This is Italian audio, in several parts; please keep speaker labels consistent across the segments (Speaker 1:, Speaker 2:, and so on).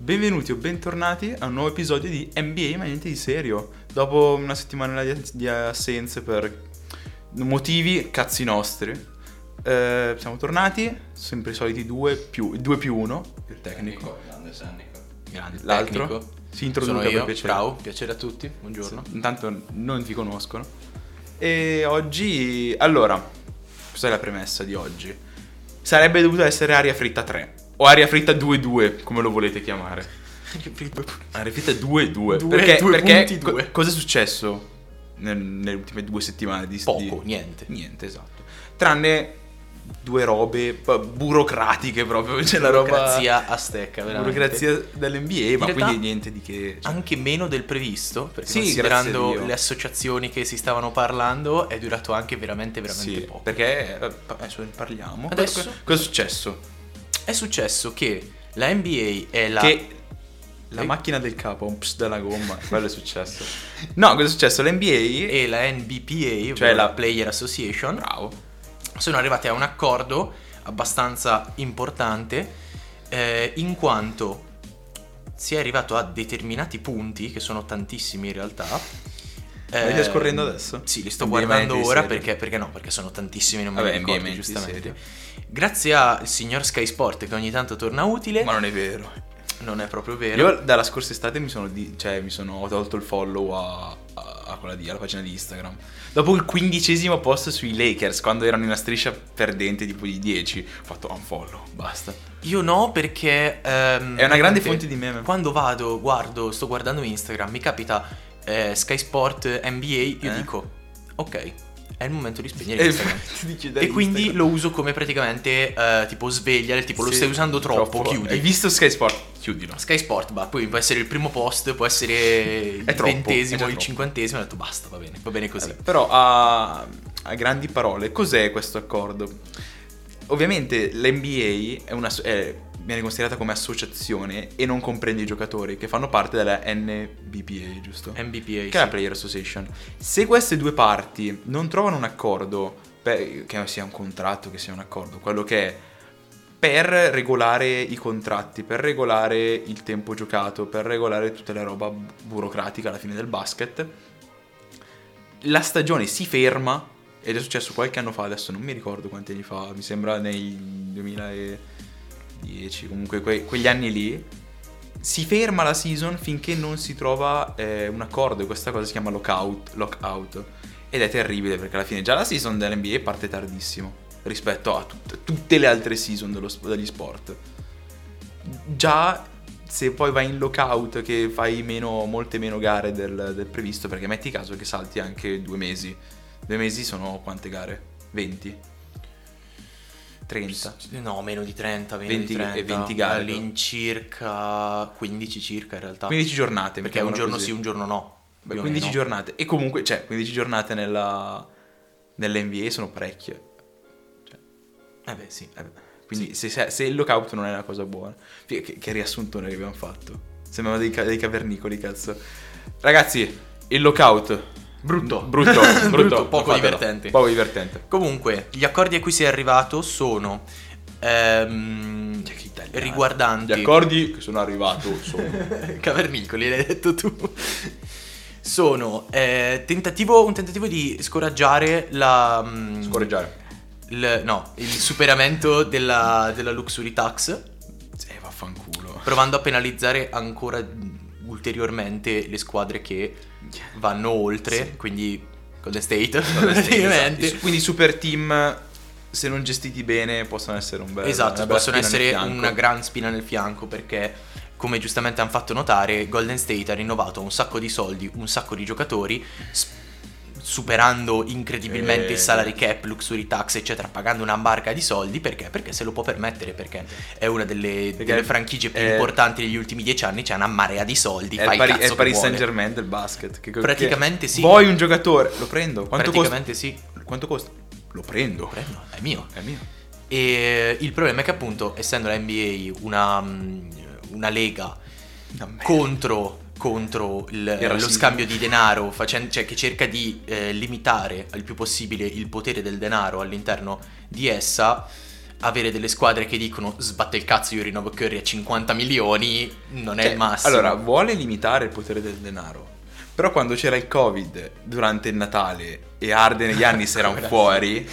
Speaker 1: Benvenuti o bentornati a un nuovo episodio di NBA, ma niente di serio. Dopo una settimana di, di assenze per motivi cazzi nostri, eh, siamo tornati, sempre i soliti due più, due più uno, il tecnico.
Speaker 2: Grande Sannico. Grande.
Speaker 1: L'altro?
Speaker 2: Tecnico.
Speaker 1: Si introduca
Speaker 2: Sono
Speaker 1: per
Speaker 2: io.
Speaker 1: piacere.
Speaker 2: Ciao, piacere a tutti. Buongiorno.
Speaker 1: Intanto non ti conoscono. E oggi, allora, cos'è la premessa di oggi? Sarebbe dovuta essere aria fritta 3 o aria fritta 2-2, come lo volete chiamare.
Speaker 2: Ah,
Speaker 1: Aria fritta 2-2.
Speaker 2: Due-
Speaker 1: perché
Speaker 2: due
Speaker 1: perché
Speaker 2: punti
Speaker 1: co-
Speaker 2: due.
Speaker 1: cosa è successo nel- nelle ultime due settimane di
Speaker 2: Poco,
Speaker 1: di-
Speaker 2: niente.
Speaker 1: Niente, esatto. Tranne due robe p- burocratiche proprio, c'è la roba
Speaker 2: Burocrazia azteca, veramente.
Speaker 1: burocrazia dell'NBA, ma
Speaker 2: realtà-
Speaker 1: quindi niente di che cioè,
Speaker 2: Anche meno del previsto, perché
Speaker 1: Sì, grazie a
Speaker 2: considerando
Speaker 1: Dio.
Speaker 2: le associazioni che si stavano parlando, è durato anche veramente, veramente
Speaker 1: Sì,
Speaker 2: poco.
Speaker 1: Perché eh, pa- adesso ne parliamo.
Speaker 2: Adesso?
Speaker 1: Cosa- Cosa è successo?
Speaker 2: È successo che la NBA è la...
Speaker 1: Che la
Speaker 2: Eh?
Speaker 1: macchina del capo, un pss dalla gomma, quello è successo. No, cosa è successo? L'NBA
Speaker 2: e la NBPA,
Speaker 1: Cioè
Speaker 2: cioè
Speaker 1: la-
Speaker 2: la Player Association,
Speaker 1: bravo.
Speaker 2: sono arrivati a un accordo abbastanza importante eh, in quanto si è arrivato a determinati punti, che sono tantissimi in realtà. Ehm,
Speaker 1: Ma li stai scorrendo adesso?
Speaker 2: Sì, li sto
Speaker 1: NBA
Speaker 2: guardando
Speaker 1: Mente di
Speaker 2: ora
Speaker 1: serie.
Speaker 2: perché, perché no, perché sono tantissimi, non me
Speaker 1: Vabbè,
Speaker 2: li
Speaker 1: NBA
Speaker 2: ricordo
Speaker 1: Mente di
Speaker 2: giustamente.
Speaker 1: serie.
Speaker 2: Grazie al signor Sky Sport che ogni tanto torna utile,
Speaker 1: Ma non è vero.
Speaker 2: non è proprio vero.
Speaker 1: Io dalla scorsa estate mi sono, di- cioè, mi sono ho tolto il follow a, a- a quella di, alla pagina di Instagram. Dopo il quindicesimo post sui Lakers, quando erano in una striscia perdente tipo di 10, ho fatto "Ah, un follow, basta.
Speaker 2: Io no, perché. ehm,
Speaker 1: È una grande
Speaker 2: veramente,
Speaker 1: fonte di meme.
Speaker 2: Ehm, Quando vado, guardo, sto guardando Instagram, mi capita eh, Sky Sport NBA, io
Speaker 1: Eh?
Speaker 2: dico, ok, è il momento di spegnere
Speaker 1: E,
Speaker 2: Instagram.
Speaker 1: ti dici, dai,
Speaker 2: E quindi
Speaker 1: Instagram.
Speaker 2: lo uso come praticamente eh, tipo sveglia, tipo lo
Speaker 1: Sì, eh,
Speaker 2: stai usando troppo, chiudi.
Speaker 1: Hai visto Sky Sport? Chiudilo.
Speaker 2: Sky Sport, bah, poi può essere il primo post, può essere il
Speaker 1: È troppo, è già
Speaker 2: ventesimo, il
Speaker 1: troppo.
Speaker 2: cinquantesimo, ho detto basta, va bene, va bene così.
Speaker 1: Vabbè, però a, a grandi parole, cos'è questo accordo? Ovviamente l'NBA è una, è- viene considerata come associazione e non comprende i giocatori che fanno parte della NBPA, giusto?
Speaker 2: MBPA.
Speaker 1: che è la Player Association. Se queste due parti non trovano un accordo, beh, che sia un contratto, che sia un accordo, quello che è, per regolare i contratti, per regolare il tempo giocato, per regolare tutta la roba bu- burocratica alla fine del basket, la stagione si ferma. Ed è successo qualche anno fa, adesso non mi ricordo quanti anni fa, mi sembra nel 2010, comunque que- quegli anni lì. Si ferma la season finché non si trova eh, un accordo e questa cosa si chiama lockout, lockout. Ed è terribile perché alla fine già la season dell'NBA parte tardissimo rispetto a tut- tutte le altre season dello sp- degli sport. Già se poi vai in lockout che fai meno, molte meno gare del, del previsto perché metti caso che salti anche due mesi. Due mesi sono quante gare? 20? 30?
Speaker 2: S- No, meno di 30, meno
Speaker 1: 20
Speaker 2: di 30.
Speaker 1: e 20 gare.
Speaker 2: All'incirca 15 circa in realtà.
Speaker 1: 15 giornate.
Speaker 2: Perché un
Speaker 1: mettiamola
Speaker 2: giorno
Speaker 1: così.
Speaker 2: sì, un giorno no.
Speaker 1: Beh,
Speaker 2: più o
Speaker 1: 15
Speaker 2: meno.
Speaker 1: giornate. E comunque, cioè, 15 giornate nella, nell'NBA sono parecchie.
Speaker 2: Eh beh, sì.
Speaker 1: Eh, Quindi se- se, se il lockout non è una cosa buona. Fì, Che, che riassuntone che abbiamo fatto. Sembrano dei, ca- dei cavernicoli, cazzo. Ragazzi, il lockout.
Speaker 2: Brutto.
Speaker 1: Brutto. brutto,
Speaker 2: Brutto, poco
Speaker 1: fatelo.
Speaker 2: divertente.
Speaker 1: Poco divertente.
Speaker 2: Comunque, gli accordi a cui si è arrivato sono ehm,
Speaker 1: Cioè, che italiano. Gli
Speaker 2: riguardanti...
Speaker 1: accordi che sono arrivato sono...
Speaker 2: Cavernicoli, l'hai detto tu. Sono eh, tentativo, un tentativo di scoraggiare la... mm,
Speaker 1: Scorreggiare.
Speaker 2: il- no, il superamento della, della luxury tax.
Speaker 1: Eh, vaffanculo.
Speaker 2: provando a penalizzare ancora ulteriormente le squadre che vanno oltre,
Speaker 1: Cioè, Sì.
Speaker 2: quindi Golden State,
Speaker 1: Esatto.
Speaker 2: praticamente.
Speaker 1: I su- Quindi i super team, se non gestiti bene, possono essere un bel... una
Speaker 2: Esatto,
Speaker 1: bella
Speaker 2: possono
Speaker 1: spina nel
Speaker 2: essere
Speaker 1: fianco.
Speaker 2: una gran spina nel fianco perché, come giustamente hanno fatto notare, Golden State ha rinnovato un sacco di soldi, un sacco di giocatori, s- superando incredibilmente
Speaker 1: Eh.
Speaker 2: il salary cap, luxury tax, eccetera, pagando una barca di soldi perché? Perché se lo può permettere, perché è una delle,
Speaker 1: Perché
Speaker 2: delle franchigie più
Speaker 1: è-
Speaker 2: importanti degli ultimi dieci anni, c'è una marea di soldi,
Speaker 1: È
Speaker 2: fai
Speaker 1: il, Pari-
Speaker 2: cazzo
Speaker 1: è il
Speaker 2: che
Speaker 1: Paris
Speaker 2: vuole.
Speaker 1: Saint Germain del basket. Che- che-
Speaker 2: Praticamente
Speaker 1: che-
Speaker 2: sì.
Speaker 1: Vuoi un giocatore? Lo prendo. Quanto costa?
Speaker 2: Praticamente sì,
Speaker 1: Quanto costa? Lo prendo.
Speaker 2: lo prendo, è mio.
Speaker 1: È mio.
Speaker 2: E il problema è che appunto, essendo la NBA una, mm, una lega
Speaker 1: Una merda.
Speaker 2: contro, contro il- lo
Speaker 1: razzismo.
Speaker 2: scambio di denaro, facen- cioè che cerca di eh, limitare al più possibile il potere del denaro all'interno di essa, avere delle squadre che dicono sbatte il cazzo io rinnovo Curry a 50 milioni non è
Speaker 1: Cioè,
Speaker 2: il massimo.
Speaker 1: Allora, vuole limitare il potere del denaro. Però quando c'era il Covid durante il Natale e Arden e Giannis erano
Speaker 2: Grazie.
Speaker 1: fuori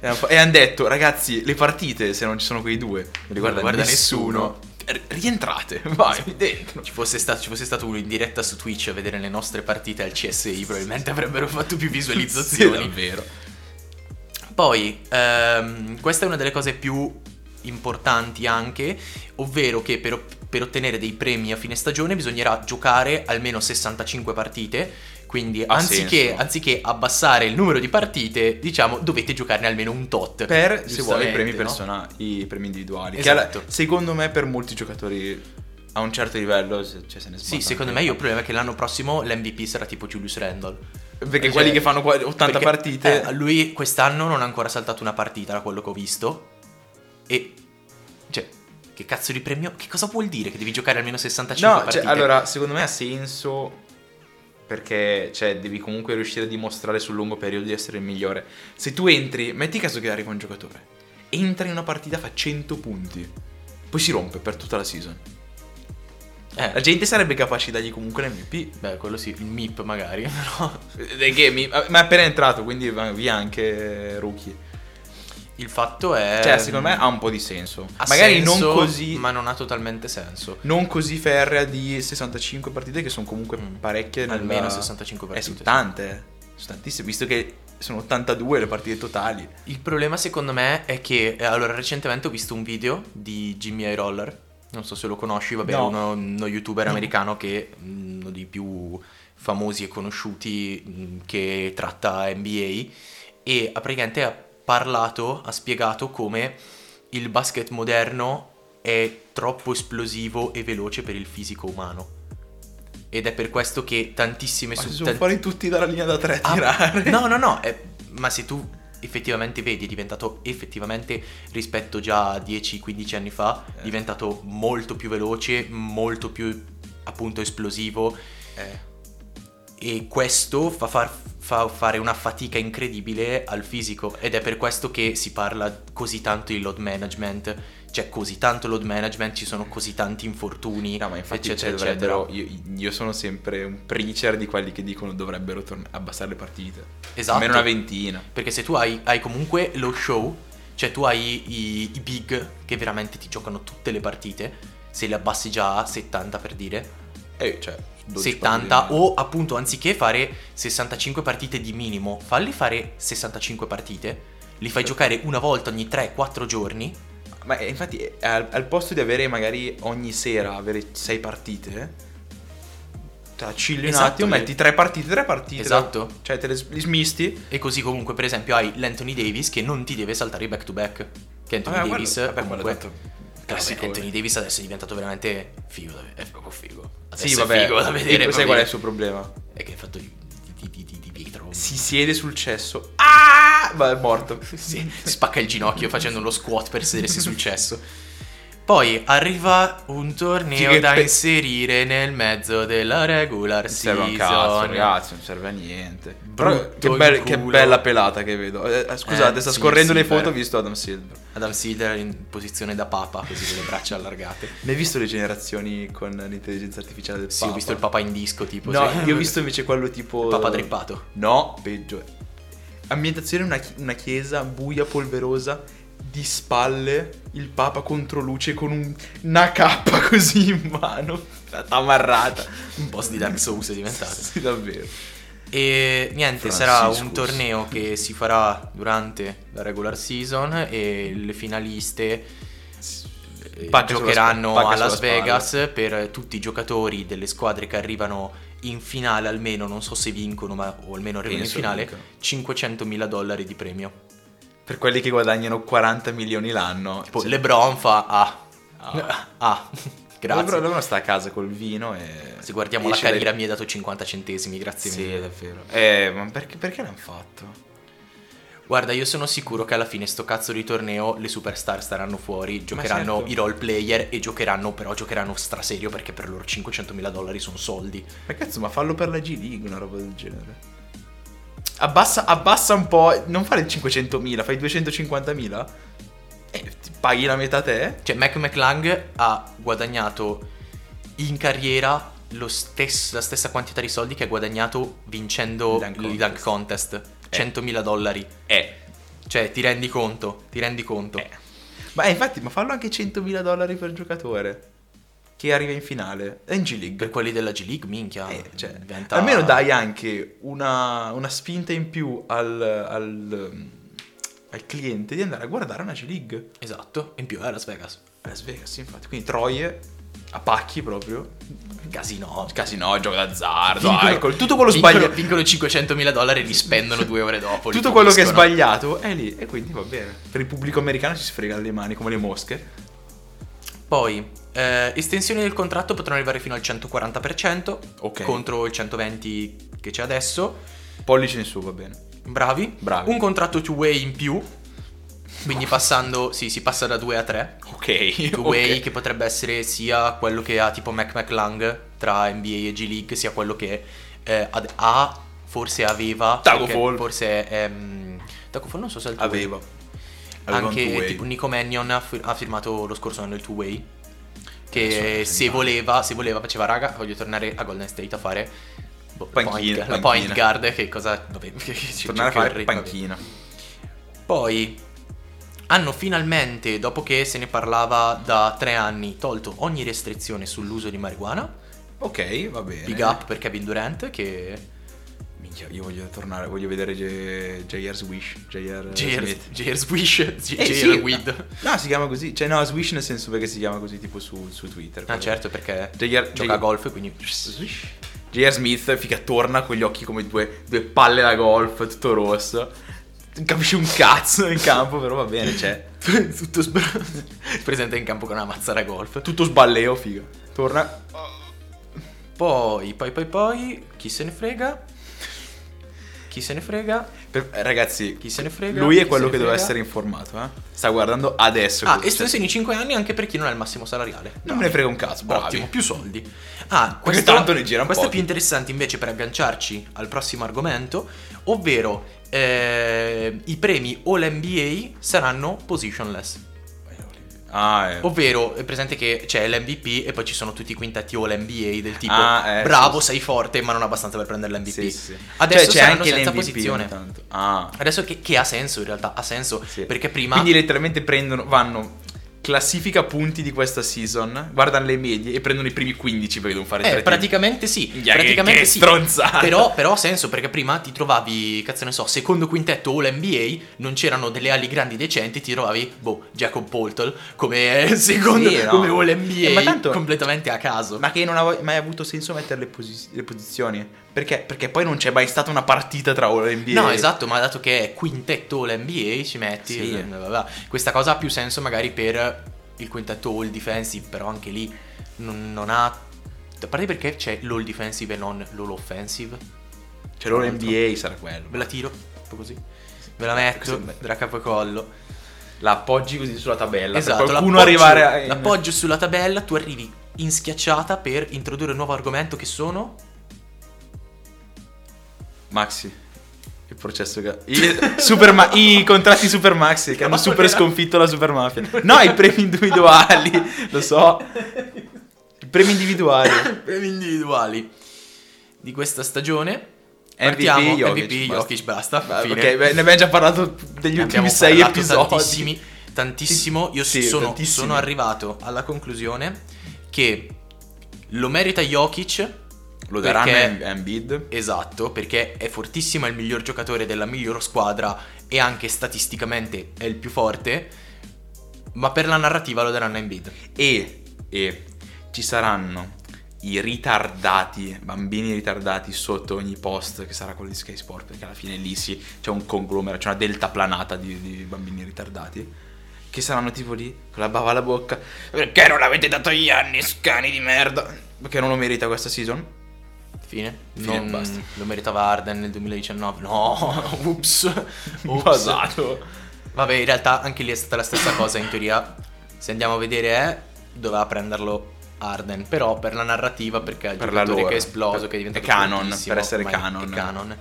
Speaker 1: erano fu- e hanno detto "Ragazzi, le partite se non ci sono quei due, non riguarda,
Speaker 2: Non guarda
Speaker 1: nessuno. r- Rientrate, vai dentro.
Speaker 2: ci fosse, stato, ci fosse stato uno in diretta su Twitch a vedere le nostre partite al CSI, probabilmente avrebbero fatto più
Speaker 1: Sì,
Speaker 2: visualizzazioni.
Speaker 1: davvero.
Speaker 2: Poi, ehm, questa è una delle cose più importanti anche, ovvero che per, op- per ottenere dei premi a fine stagione bisognerà giocare almeno 65 partite. Quindi
Speaker 1: Ha
Speaker 2: anziché,
Speaker 1: senso.
Speaker 2: anziché abbassare il numero di partite, diciamo dovete giocarne almeno un tot.
Speaker 1: Per se vuoi i
Speaker 2: Giustamente,
Speaker 1: premi
Speaker 2: no?
Speaker 1: personali, i premi individuali, che
Speaker 2: Esatto.
Speaker 1: alla- secondo me per molti giocatori a un certo livello se- cioè, se ne
Speaker 2: Sì,
Speaker 1: sbattono.
Speaker 2: secondo me io il problema è che l'anno prossimo l'MVP sarà tipo Julius Randle.
Speaker 1: perché
Speaker 2: Cioè,
Speaker 1: quelli che fanno qua- 80
Speaker 2: Perché,
Speaker 1: partite
Speaker 2: eh, lui quest'anno non ha ancora saltato una partita, da quello che ho visto. E. Cioè, che cazzo di premio? Che cosa vuol dire che devi giocare almeno 65
Speaker 1: No,
Speaker 2: partite?
Speaker 1: cioè, allora, secondo me ha senso perché cioè, devi comunque riuscire a dimostrare sul lungo periodo di essere il migliore. Se tu entri, metti caso che arriva un giocatore, entra in una partita, fa 100 punti, poi si rompe per tutta la season. La
Speaker 2: Eh,
Speaker 1: gente sarebbe capace di dargli comunque l'MVP.
Speaker 2: beh, quello sì, il MIP magari, però.
Speaker 1: Eh, Ma è appena entrato, quindi va via anche Rookie.
Speaker 2: Il fatto è.
Speaker 1: Cioè, secondo me ha un po' di senso.
Speaker 2: ha
Speaker 1: Magari
Speaker 2: senso,
Speaker 1: non così.
Speaker 2: Ma non ha totalmente senso.
Speaker 1: Non così ferrea di 65 partite che sono comunque
Speaker 2: Mm.
Speaker 1: parecchie
Speaker 2: Almeno
Speaker 1: nella-
Speaker 2: 65
Speaker 1: Eh,
Speaker 2: partite.
Speaker 1: sono tante, sono tantissime, visto che sono 82 le partite totali.
Speaker 2: Il problema secondo me è che, eh, allora, recentemente ho visto un video di Jimmy I. Roller, non so se lo conosci, vabbè,
Speaker 1: No.
Speaker 2: uno, uno youtuber americano che è uno dei più famosi e conosciuti mh, che tratta NBA e ha praticamente ha parlato, ha spiegato come il basket moderno è troppo esplosivo e veloce per il fisico umano. Ed è per questo che tantissime
Speaker 1: Ma se
Speaker 2: su-
Speaker 1: sono
Speaker 2: tan-
Speaker 1: fuori tutti dalla linea da 3 a
Speaker 2: Ah,
Speaker 1: tirare.
Speaker 2: No, no, no, eh, ma se tu effettivamente vedi, è diventato effettivamente rispetto già a 10-15 anni fa,
Speaker 1: Eh.
Speaker 2: diventato molto più veloce, molto più appunto esplosivo
Speaker 1: Eh,
Speaker 2: e questo fa, far- fa fare una fatica incredibile al fisico ed è per questo che si parla così tanto di load management, c'è così tanto load management, ci sono così tanti infortuni,
Speaker 1: no, ma infatti
Speaker 2: eccetera,
Speaker 1: cioè,
Speaker 2: eccetera.
Speaker 1: dovrebbero. Io, io sono sempre un preacher di quelli che dicono dovrebbero torn- abbassare le partite.
Speaker 2: Esatto.
Speaker 1: Almeno una ventina.
Speaker 2: Perché se tu hai, hai comunque lo show, cioè tu hai i, i big che veramente ti giocano tutte le partite, se le abbassi già a 70 per dire,
Speaker 1: Eh, cioè, 12
Speaker 2: 70
Speaker 1: partite.
Speaker 2: o appunto anziché fare 65 partite di minimo, falli fare 65 partite, li fai giocare una volta ogni 3-4 giorni,
Speaker 1: Ma eh, infatti, eh, al, al posto di avere magari ogni sera avere 6 partite. Cioè, chilli un
Speaker 2: Esatto,
Speaker 1: attimo,
Speaker 2: le-
Speaker 1: metti 3 partite, 3 partite.
Speaker 2: Esatto.
Speaker 1: Cioè, te le s- li smisti.
Speaker 2: e così comunque per esempio hai l'Anthony Davis che non ti deve saltare i back to back, che Anthony
Speaker 1: Vabbè,
Speaker 2: Davis
Speaker 1: quello- Ah, vabbè, quello
Speaker 2: comunque...
Speaker 1: è eh. tanto
Speaker 2: Classico.
Speaker 1: classicone.
Speaker 2: Anthony Davis adesso è diventato veramente figo, da- è proprio figo. Adesso
Speaker 1: Sì,
Speaker 2: è
Speaker 1: vabbè.
Speaker 2: figo da vedere.
Speaker 1: Sai
Speaker 2: proprio.
Speaker 1: qual è il suo problema?
Speaker 2: E che è fatto di, di, di- di- di vetro.
Speaker 1: Si siede sul cesso. Ah! Va, è morto.
Speaker 2: Sì, spacca il ginocchio facendo lo squat per sedersi sul cesso. Poi arriva un torneo
Speaker 1: Sì, che
Speaker 2: da
Speaker 1: pe-
Speaker 2: inserire nel mezzo della regular
Speaker 1: Non serve a un
Speaker 2: season.
Speaker 1: cazzo, ragazzi, non serve a niente.
Speaker 2: cioè. Brutto
Speaker 1: Però che,
Speaker 2: in
Speaker 1: bel-
Speaker 2: culo.
Speaker 1: che bella pelata che vedo. Eh, eh, scusate,
Speaker 2: Eh,
Speaker 1: sta
Speaker 2: sì,
Speaker 1: scorrendo
Speaker 2: sì,
Speaker 1: le foto,
Speaker 2: beh.
Speaker 1: ho visto Adam Silver.
Speaker 2: Adam Silver in posizione da papa, così con le braccia allargate.
Speaker 1: Ne hai visto le generazioni con l'intelligenza artificiale del
Speaker 2: Sì,
Speaker 1: Papa?
Speaker 2: ho visto il papa in disco, tipo.
Speaker 1: No,
Speaker 2: sì.
Speaker 1: io ho visto Oh. invece quello tipo...
Speaker 2: il papa drippato.
Speaker 1: No, peggio. Ambientazione una, chi- una chiesa buia, polverosa, di spalle, il Papa contro luce con un- una cappa così in mano, amarrata.
Speaker 2: Un boss di Dark Souls è diventato.
Speaker 1: Sì, davvero.
Speaker 2: E niente,
Speaker 1: Franciscus.
Speaker 2: sarà un torneo che si farà durante la regular season e le finaliste eh,
Speaker 1: Pacca sulla
Speaker 2: giocheranno
Speaker 1: spa- pacca
Speaker 2: a Las
Speaker 1: sulla spalla.
Speaker 2: Vegas per tutti i giocatori delle squadre che arrivano in finale almeno, non so se vincono, ma o almeno arrivano in
Speaker 1: Penso
Speaker 2: finale,
Speaker 1: vincano.
Speaker 2: 500.000 dollari di premio.
Speaker 1: Per quelli che guadagnano 40 milioni l'anno.
Speaker 2: Tipo
Speaker 1: cioè,
Speaker 2: LeBron fa ah.
Speaker 1: Ah.
Speaker 2: Ah. Grazie.
Speaker 1: Lebron, Lebron sta a casa col vino e...
Speaker 2: Se guardiamo la
Speaker 1: esce dai-
Speaker 2: carriera mi ha dato 50 centesimi, grazie
Speaker 1: Sì,
Speaker 2: mille.
Speaker 1: davvero. Eh, ma perché, perché l'hanno fatto?
Speaker 2: Guarda, io sono sicuro che alla fine sto cazzo di torneo le superstar staranno fuori, giocheranno
Speaker 1: certo.
Speaker 2: i role player e giocheranno, però giocheranno straserio perché per loro 500.000 dollari sono soldi.
Speaker 1: Ma cazzo, ma fallo per la G-League, una roba del genere. Abbassa, abbassa un po', non fare 500.000, fai 250.000? Eh, ti- paghi la metà te.
Speaker 2: Cioè, Mac McLung ha guadagnato in carriera lo stes- la stessa quantità di soldi che ha guadagnato vincendo
Speaker 1: Il
Speaker 2: il
Speaker 1: dunk
Speaker 2: Dunk
Speaker 1: contest.
Speaker 2: Contest. 100.000 dollari.
Speaker 1: Eh.
Speaker 2: Cioè, ti rendi conto? Ti rendi conto?
Speaker 1: Eh. Ma eh, infatti, ma fallo anche 100.000 dollari per giocatore che arriva in finale. È in G
Speaker 2: Per
Speaker 1: League.
Speaker 2: quelli della G League, minchia.
Speaker 1: Eh, cioè,
Speaker 2: diventa-
Speaker 1: Almeno dai anche una, una spinta in più al, al- mm, al cliente di andare a guardare una G League.
Speaker 2: Esatto, in più è Las Vegas.
Speaker 1: A Las Vegas, sì, infatti. Quindi troie a pacchi proprio.
Speaker 2: Casino.
Speaker 1: Casino, gioco d'azzardo,
Speaker 2: Vincono-
Speaker 1: alcol, tutto quello
Speaker 2: vincono-
Speaker 1: sbagliato.
Speaker 2: Vincono 500.000 dollari e li spendono due ore dopo. li
Speaker 1: Tutto quello che è
Speaker 2: puliscono.
Speaker 1: sbagliato è lì e quindi va bene. Per il pubblico americano si sfrega le mani come le mosche.
Speaker 2: Poi, eh, estensioni del contratto potranno arrivare fino al 140%
Speaker 1: Ok.
Speaker 2: contro il 120% che c'è adesso.
Speaker 1: Pollice in su, va bene.
Speaker 2: Bravi.
Speaker 1: Bravi. Oh.
Speaker 2: Un contratto two-way in più. Quindi passando, sì, si passa da 2 a 3.
Speaker 1: Ok. ok.
Speaker 2: Two-way che potrebbe essere sia quello che ha tipo Mac McLung tra NBA e G League, sia quello che eh, ad- ha, forse aveva.
Speaker 1: Taco
Speaker 2: perché
Speaker 1: Fall.
Speaker 2: Forse ehm, Taco Fall non so se è il two-way.
Speaker 1: Aveva. Aveva un
Speaker 2: Anche
Speaker 1: two-way.
Speaker 2: tipo Nico Mannion ha, fir- ha firmato lo scorso anno il two way.
Speaker 1: Adesso non
Speaker 2: Che
Speaker 1: mi
Speaker 2: se
Speaker 1: sembra.
Speaker 2: voleva, se voleva faceva raga, voglio tornare a Golden State a fare boh,
Speaker 1: Panchina,
Speaker 2: point, la
Speaker 1: panchina.
Speaker 2: point guard che cosa vabbè, che ci-
Speaker 1: Tornare a
Speaker 2: ci-
Speaker 1: fare
Speaker 2: vabbè.
Speaker 1: panchina.
Speaker 2: Poi hanno finalmente, dopo che se ne parlava da tre anni, tolto ogni restrizione sull'uso di marijuana.
Speaker 1: Ok, va bene.
Speaker 2: Big up per Kevin Durant che
Speaker 1: Eh, Minchia, io voglio tornare, voglio vedere J- JR Wish. JR Smith.
Speaker 2: J.R. Swish,
Speaker 1: Eh,
Speaker 2: J.R.
Speaker 1: sì.
Speaker 2: Weed.
Speaker 1: No, si chiama così. Cioè, no, Swish nel senso perché si chiama così tipo su, su Twitter.
Speaker 2: Ah certo perché
Speaker 1: JR
Speaker 2: gioca a golf quindi
Speaker 1: Swish. JR Smith, figa, torna con gli occhi come due, due palle da golf, tutto rosso. Non capisci un cazzo in campo, però va bene, cioè.
Speaker 2: tutto sbra- si presenta in campo con una mazzara a golf.
Speaker 1: Tutto sballeo, figa. Torna.
Speaker 2: Poi, poi, poi, poi, chi se ne frega? Chi se ne frega?
Speaker 1: Per- eh, ragazzi,
Speaker 2: Chi se ne frega?
Speaker 1: lui è
Speaker 2: Chi
Speaker 1: quello
Speaker 2: se
Speaker 1: che
Speaker 2: ne
Speaker 1: doveva
Speaker 2: frega?
Speaker 1: essere informato, eh. Sta guardando adesso.
Speaker 2: Ah,
Speaker 1: cosa succede.
Speaker 2: estensioni 5 anni anche per chi non ha il massimo salariale.
Speaker 1: Non me ne frega un cazzo, bravi.
Speaker 2: Ottimo, più soldi. Ah,
Speaker 1: Perché
Speaker 2: questo,
Speaker 1: tanto ne gira un
Speaker 2: questo è
Speaker 1: po'.
Speaker 2: più interessante invece per agganciarci al prossimo argomento, ovvero eh, i premi All-NBA saranno positionless.
Speaker 1: Eh. Ah,
Speaker 2: Oh,
Speaker 1: eh.
Speaker 2: Ovvero, è presente che c'è l'MVP e poi ci sono tutti i quintetti all NBA del tipo
Speaker 1: Ah, eh,
Speaker 2: bravo,
Speaker 1: sì,
Speaker 2: sei forte, ma non abbastanza per prendere l'MVP.
Speaker 1: Sì, sì.
Speaker 2: Adesso
Speaker 1: Cioè, c'è
Speaker 2: saranno
Speaker 1: anche
Speaker 2: senza
Speaker 1: l'MVP
Speaker 2: posizione.
Speaker 1: ogni tanto. Ah,
Speaker 2: Adesso che, che ha senso in realtà, ha senso
Speaker 1: sì.
Speaker 2: perché prima
Speaker 1: Quindi letteralmente prendono, vanno classifica punti di questa season, guardano le medie e prendono i primi 15 perché devono fare
Speaker 2: Eh,
Speaker 1: tre team.
Speaker 2: praticamente sì,
Speaker 1: Minchia, che-
Speaker 2: praticamente
Speaker 1: che
Speaker 2: sì.
Speaker 1: stronzata.
Speaker 2: Però, però ha senso perché prima ti trovavi, cazzo ne so, secondo quintetto all NBA, non c'erano delle ali grandi decenti, ti trovavi, boh, Jacob Poltol come eh, secondo
Speaker 1: Sì, no.
Speaker 2: come all NBA,
Speaker 1: Eh, ma tanto-
Speaker 2: completamente a caso.
Speaker 1: Ma che non ha mai avuto senso mettere le, posi- le posizioni. Perché? Perché poi non c'è mai stata una partita tra le NBA.
Speaker 2: No, esatto, ma dato che è quintetto all NBA ci metti
Speaker 1: Sì.
Speaker 2: eh, bla bla bla. questa cosa ha più senso magari per il quintetto all defensive, però anche lì non, non ha a parte perché c'è l'all defensive e non l'all offensive.
Speaker 1: Cioè loro NBA sarà quello.
Speaker 2: Ve la tiro, un po' così. Ve la metto
Speaker 1: Questo è bello.
Speaker 2: tra capo e collo.
Speaker 1: La appoggi così sulla tabella.
Speaker 2: Esatto,
Speaker 1: per qualcuno
Speaker 2: l'appoggio,
Speaker 1: arrivare a... in-
Speaker 2: l'appoggio sulla tabella, tu arrivi in schiacciata per introdurre un nuovo argomento che sono
Speaker 1: Maxi. Il processo che... I, super ma- I contratti super maxi che hanno
Speaker 2: Ma non
Speaker 1: super
Speaker 2: era-
Speaker 1: sconfitto la super mafia. No, i premi individuali. lo so. I premi individuali.
Speaker 2: premi individuali di questa stagione.
Speaker 1: MVP,
Speaker 2: Partiamo
Speaker 1: Jokic,
Speaker 2: MVP
Speaker 1: basta.
Speaker 2: Jokic basta,
Speaker 1: Beh,
Speaker 2: fine.
Speaker 1: ok, beh, ne abbiamo già parlato degli
Speaker 2: Ne
Speaker 1: ultimi
Speaker 2: abbiamo
Speaker 1: sei
Speaker 2: parlato
Speaker 1: episodi.
Speaker 2: Tantissimi, tantissimo. Io
Speaker 1: Sì,
Speaker 2: sono,
Speaker 1: tantissimi.
Speaker 2: sono arrivato alla conclusione che lo merita Jokic.
Speaker 1: Lo daranno
Speaker 2: perché-
Speaker 1: a Embiid.
Speaker 2: Esatto, perché è fortissimo, è il miglior giocatore della miglior squadra e anche statisticamente è il più forte, ma per la narrativa lo daranno a Embiid.
Speaker 1: E, e ci saranno i ritardati, bambini ritardati sotto ogni post che sarà quello di Sky Sport, perché alla fine lì sì, c'è un conglomero, c'è una delta planata di, di bambini ritardati. Che saranno tipo lì, con la bava alla bocca. Perché non l'avete dato a Giannis, cani di merda? Perché non lo merita questa season?
Speaker 2: Fine.
Speaker 1: Fine,
Speaker 2: non,
Speaker 1: basta.
Speaker 2: Lo meritava Arden nel 2019. No, ups. Ups.
Speaker 1: Basato.
Speaker 2: Vabbè, in realtà anche lì è stata la stessa cosa in teoria. Se andiamo a vedere, eh, doveva prenderlo Arden, però per la narrativa, perché è il
Speaker 1: Per la
Speaker 2: giocatore
Speaker 1: loro,
Speaker 2: che è esploso,
Speaker 1: per-
Speaker 2: che è diventato
Speaker 1: è canon,
Speaker 2: fortissimo,
Speaker 1: per essere
Speaker 2: ormai
Speaker 1: canon.
Speaker 2: È canon,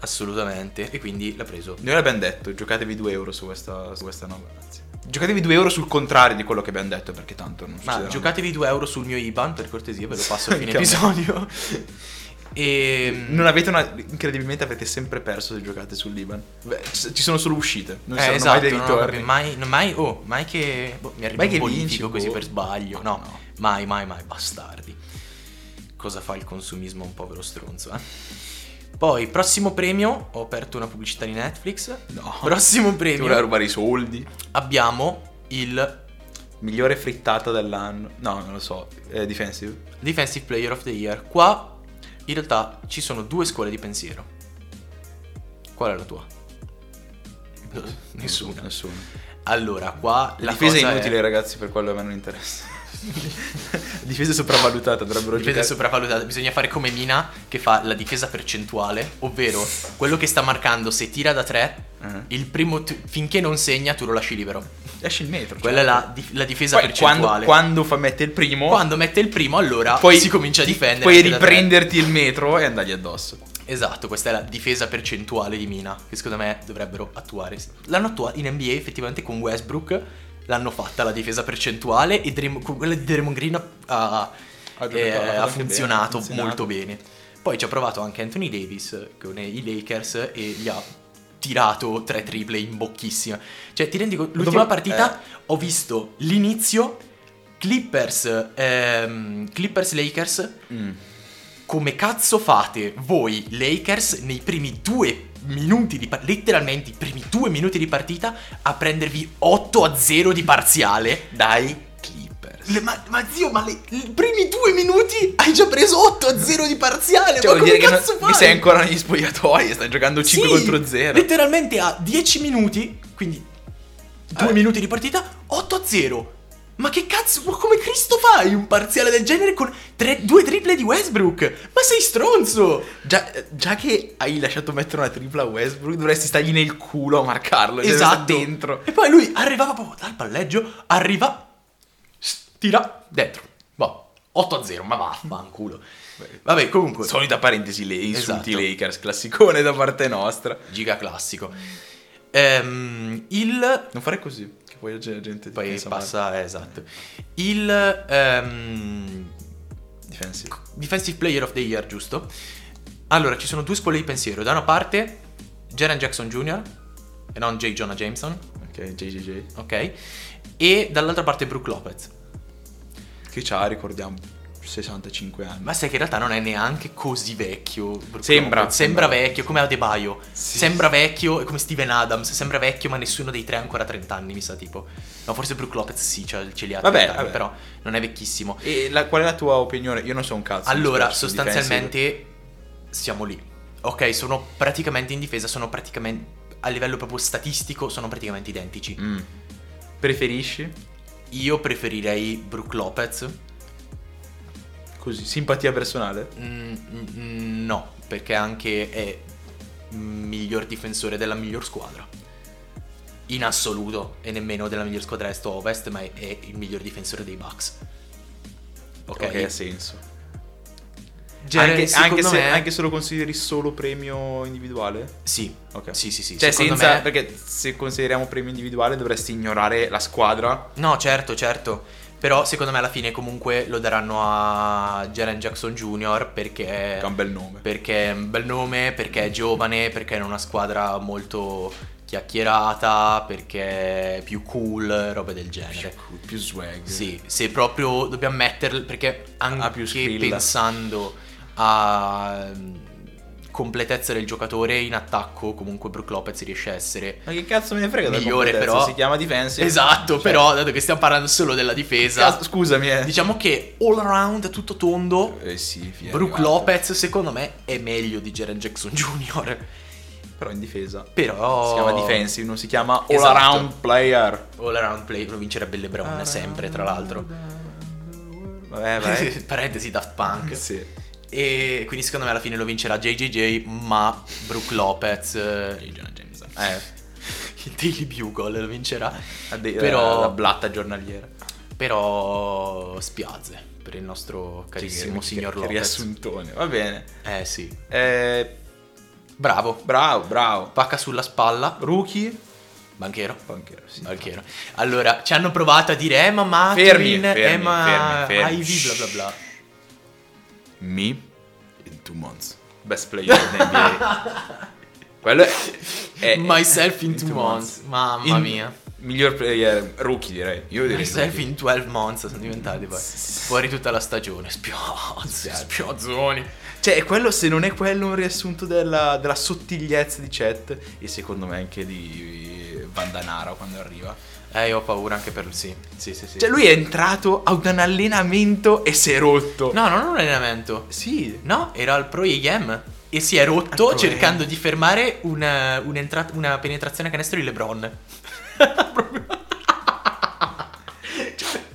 Speaker 2: assolutamente. E quindi l'ha preso
Speaker 1: Noi l'abbiamo detto, giocatevi 2 euro su questa, su questa nuova, anzi. Giocatevi 2 euro sul contrario di quello che abbiamo detto, perché tanto non
Speaker 2: Ma
Speaker 1: succederà.
Speaker 2: giocatevi 2 euro sul mio IBAN, per cortesia, ve lo passo a fine
Speaker 1: Anche a
Speaker 2: episodio. e... mm,
Speaker 1: Non avete una. Incredibilmente avete sempre perso se giocate sull'Iban. Beh, c- ci sono solo uscite. Non
Speaker 2: Eh,
Speaker 1: ci saranno
Speaker 2: esatto,
Speaker 1: mai dei
Speaker 2: no,
Speaker 1: ritorni.
Speaker 2: vabbè, mai, no, mai, oh, mai che boh, mi arriva
Speaker 1: Mai
Speaker 2: un
Speaker 1: che vinci,
Speaker 2: bonifico così
Speaker 1: boh.
Speaker 2: per sbaglio.
Speaker 1: Ma
Speaker 2: No,
Speaker 1: no.
Speaker 2: mai, mai, mai, bastardi. Cosa fa il consumismo un povero stronzo, eh? Poi, prossimo premio, ho aperto una pubblicità di Netflix.
Speaker 1: No.
Speaker 2: Prossimo
Speaker 1: Ti voleva
Speaker 2: premio,
Speaker 1: rubare i soldi.
Speaker 2: abbiamo il
Speaker 1: Migliore frittata dell'anno. No, non lo so. Eh, defensive.
Speaker 2: Defensive Player of the Year. Qua, in realtà, ci sono due scuole di pensiero. Qual è la tua? Nessuna.
Speaker 1: Nessuno.
Speaker 2: Allora, qua
Speaker 1: La,
Speaker 2: la
Speaker 1: difesa
Speaker 2: cosa
Speaker 1: è inutile, ragazzi, per quello a me non interessa. difesa è sopravvalutata, dovrebbero
Speaker 2: Difesa
Speaker 1: giocare.
Speaker 2: sopravvalutata, bisogna fare come Mina che fa la difesa percentuale, ovvero quello che sta marcando se tira da 3,
Speaker 1: Eh.
Speaker 2: il primo tu- finché non segna tu lo lasci libero.
Speaker 1: Esce il metro.
Speaker 2: Quella è
Speaker 1: certo.
Speaker 2: la, di- la difesa
Speaker 1: Poi,
Speaker 2: percentuale.
Speaker 1: quando, quando fa mette il primo,
Speaker 2: Quando mette il primo allora
Speaker 1: poi
Speaker 2: Ah, si comincia a
Speaker 1: ti-
Speaker 2: difendere.
Speaker 1: Puoi
Speaker 2: anche da tre.
Speaker 1: riprenderti il metro e andargli addosso.
Speaker 2: Esatto, questa è la difesa percentuale di Mina che secondo me dovrebbero attuare. L'hanno attuata in NBA effettivamente con Westbrook, l'hanno fatta la difesa percentuale e Dream- con quella di Draymond Green ha- ha,
Speaker 1: Ha giocato-
Speaker 2: eh,
Speaker 1: ha fatto
Speaker 2: ha
Speaker 1: anche
Speaker 2: funzionato
Speaker 1: bene, ha funzionato.
Speaker 2: molto bene. Poi ci ha provato anche Anthony Davis con i Lakers e gli ha tirato tre triple in bocchissima. Cioè, ti rendi conto? L'ultima
Speaker 1: Dopo- eh.
Speaker 2: partita ho visto l'inizio Clippers, ehm, Clippers Lakers
Speaker 1: Mm.
Speaker 2: come cazzo fate voi Lakers nei primi due minuti di partita, letteralmente i primi due minuti di partita, a prendervi 8 a 0 di parziale?
Speaker 1: Dai, Clippers.
Speaker 2: Le- ma, ma zio, ma le- i primi due minuti hai già preso 8 a 0 di parziale?
Speaker 1: Cioè,
Speaker 2: ma
Speaker 1: vuol
Speaker 2: come
Speaker 1: dire che
Speaker 2: cazzo
Speaker 1: non-
Speaker 2: fai?
Speaker 1: che sei ancora negli spogliatoi e stai giocando 5
Speaker 2: Sì,
Speaker 1: contro 0.
Speaker 2: Letteralmente a 10 minuti, quindi 2
Speaker 1: Eh.
Speaker 2: minuti di partita, 8 a 0. Ma che cazzo, ma come Cristo fai un parziale del genere con tre- due triple di Westbrook? Ma sei stronzo!
Speaker 1: Già, già che hai lasciato mettere una tripla a Westbrook, dovresti stargli nel culo a marcarlo. cioè,
Speaker 2: esatto.
Speaker 1: dovresti dentro.
Speaker 2: E poi lui arrivava proprio dal palleggio, arriva, s- tira dentro. Boh, 8 a 0, ma vaffanculo.
Speaker 1: Beh.
Speaker 2: Vabbè, comunque,
Speaker 1: Solita parentesi, le insulti
Speaker 2: Esatto.
Speaker 1: Lakers, classicone da parte nostra.
Speaker 2: giga classico. Ehm, il...
Speaker 1: Non fare così, che poi la gente ti
Speaker 2: Poi
Speaker 1: pensa male.
Speaker 2: passa, eh, esatto. Il... ehm,
Speaker 1: Defensive.
Speaker 2: Defensive Player of the Year, giusto? Allora, ci sono due scuole di pensiero. Da una parte, Jaren Jackson Jr. e non J. Jonah Jameson,
Speaker 1: Ok, JJJ.
Speaker 2: ok? E dall'altra parte Brooke Lopez.
Speaker 1: Che c'ha, ricordiamo, 65 anni.
Speaker 2: Ma sai che in realtà non è neanche così vecchio. Brooke
Speaker 1: Sembra.
Speaker 2: Lopez.
Speaker 1: Sembra.
Speaker 2: sembra vecchio, come Adebayo.
Speaker 1: Sì.
Speaker 2: Sembra vecchio, è come Steven Adams. Sembra vecchio, ma nessuno dei tre ha ancora 30 anni, mi sa tipo. No, forse Brooke Lopez sì, c'ha- ce li ha 30
Speaker 1: Vabbè,
Speaker 2: anni,
Speaker 1: vabbè.
Speaker 2: però non è vecchissimo.
Speaker 1: E la- qual è la tua opinione? Io non so un cazzo.
Speaker 2: Allora,
Speaker 1: mi spiace, sul
Speaker 2: sostanzialmente siamo lì. Ok, sono praticamente in difesa, sono praticamente a livello proprio statistico sono praticamente identici.
Speaker 1: difensive. Mm. Preferisci?
Speaker 2: Io preferirei Brooke Lopez.
Speaker 1: Così, simpatia personale?
Speaker 2: Mm, mm, no, perché anche è miglior difensore della miglior squadra. In assoluto, e nemmeno della miglior squadra est o ovest, ma è, è il miglior difensore dei Bucks. Ok,
Speaker 1: Ok, Cioè, ha senso.
Speaker 2: Jaren,
Speaker 1: anche,
Speaker 2: secondo
Speaker 1: anche se,
Speaker 2: me-
Speaker 1: anche se lo consideri solo premio individuale?
Speaker 2: sì.
Speaker 1: Ok.
Speaker 2: sì, sì, sì.
Speaker 1: Cioè,
Speaker 2: secondo
Speaker 1: senza,
Speaker 2: me-
Speaker 1: perché se consideriamo premio individuale dovresti ignorare la squadra.
Speaker 2: No, certo, certo. Però secondo me alla fine comunque lo daranno a Jaren Jackson Jr. perché
Speaker 1: Che è un bel nome.
Speaker 2: perché è un bel nome, perché è giovane, perché è in una squadra molto chiacchierata, perché è più cool, robe del genere.
Speaker 1: Più- Cioè, Più swag.
Speaker 2: Sì, se proprio dobbiamo metterlo, perché
Speaker 1: Ha più
Speaker 2: anche
Speaker 1: skill.
Speaker 2: pensando a mm, completezza del giocatore in attacco, comunque Brook Lopez riesce a essere
Speaker 1: Ma che cazzo me ne frega della
Speaker 2: migliore
Speaker 1: competenza?
Speaker 2: però.
Speaker 1: Si chiama difensive.
Speaker 2: Esatto,
Speaker 1: Cioè,
Speaker 2: però dato che stiamo parlando solo della difesa,
Speaker 1: cazzo, scusami, eh.
Speaker 2: diciamo che all around tutto tondo
Speaker 1: Eh sì, fine,
Speaker 2: Diciamo- Brook
Speaker 1: arrivato.
Speaker 2: Lopez secondo me è meglio di Jaren Jackson Jr.
Speaker 1: Però in difesa.
Speaker 2: Però
Speaker 1: Si chiama defensive, non si chiama all
Speaker 2: Esatto.
Speaker 1: around player.
Speaker 2: All around play lo vincerebbe
Speaker 1: Ah,
Speaker 2: LeBron sempre, tra l'altro.
Speaker 1: Vabbè, vai.
Speaker 2: Parentesi Daft Punk.
Speaker 1: Eh, sì.
Speaker 2: E quindi secondo me alla fine lo vincerà JJJ, ma Brook Lopez eh,
Speaker 1: Eh,
Speaker 2: il Daily Bugle lo vincerà.
Speaker 1: la de-
Speaker 2: Però-
Speaker 1: la, la blatta giornaliera.
Speaker 2: Però spiazze per il nostro carissimo
Speaker 1: Che-
Speaker 2: signor
Speaker 1: che- che
Speaker 2: Lopez.
Speaker 1: Riassuntone, va bene.
Speaker 2: eh sì.
Speaker 1: Eh,
Speaker 2: Bravo.
Speaker 1: bravo, bravo.
Speaker 2: Pacca sulla spalla.
Speaker 1: Rookie,
Speaker 2: Banchero?
Speaker 1: Banchero, sì.
Speaker 2: Banchero. Allora, ci hanno provato a dire "Eh, Emma Maturin,
Speaker 1: Fermi, fermi,
Speaker 2: Emma
Speaker 1: fermi, fermi.
Speaker 2: eh, Ivy, bla bla bla.
Speaker 1: Me in two months. Best player in NBA. Quello è, è- eh,
Speaker 2: Myself in two months. Mamma
Speaker 1: In-
Speaker 2: mia.
Speaker 1: Miglior player rookie direi. Io direi
Speaker 2: Myself
Speaker 1: rookie.
Speaker 2: in 12 months sono diventati poi. Fuori tutta la stagione. Spiozzi,
Speaker 1: Spiazzi.
Speaker 2: spiozzoni.
Speaker 1: Cioè, quello se non è quello un riassunto della, della sottigliezza di Chet e secondo me anche di eh, Vandanara quando arriva.
Speaker 2: Eh, io ho paura anche per lui. Sì, sì, sì. sì.
Speaker 1: Cioè, lui è entrato ad un allenamento e si è rotto.
Speaker 2: No, non un allenamento.
Speaker 1: Sì.
Speaker 2: No, era al Pro IEM e si è rotto
Speaker 1: Al Pro
Speaker 2: cercando
Speaker 1: IEM.
Speaker 2: di fermare una, un'entra- una penetrazione a canestro di LeBron.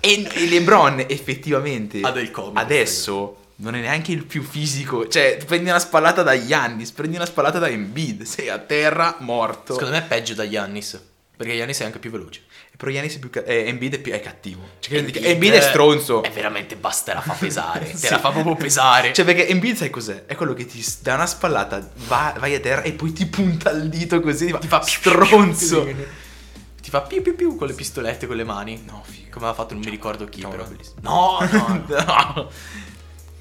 Speaker 1: E, e LeBron effettivamente
Speaker 2: Ha del comico,
Speaker 1: adesso non è neanche il più fisico. Cioè, prendi una spallata da Giannis, prendi una spallata da Embiid, sei a terra morto.
Speaker 2: Secondo me è peggio da Giannis. Perché Giannis è anche più veloce.
Speaker 1: Però Giannis è più ca- eh, Embiid è, più- è cattivo. Cioè, Embiid,
Speaker 2: Embiid-
Speaker 1: Embiid è stronzo.
Speaker 2: eh, È veramente basta, te la fa pesare. Te
Speaker 1: Sì.
Speaker 2: la fa proprio pesare.
Speaker 1: Cioè, perché Embiid sai cos'è? È quello che ti s- dà una spallata, va- vai a terra e poi ti punta il dito così, ti fa,
Speaker 2: ti fa più-
Speaker 1: stronzo.
Speaker 2: più- più- Ti fa più più più con le pistolette con le mani.
Speaker 1: No, figo.
Speaker 2: Come ha fatto, non mi ricordo chi,
Speaker 1: no,
Speaker 2: però.
Speaker 1: bellissimo.
Speaker 2: No, no.
Speaker 1: no.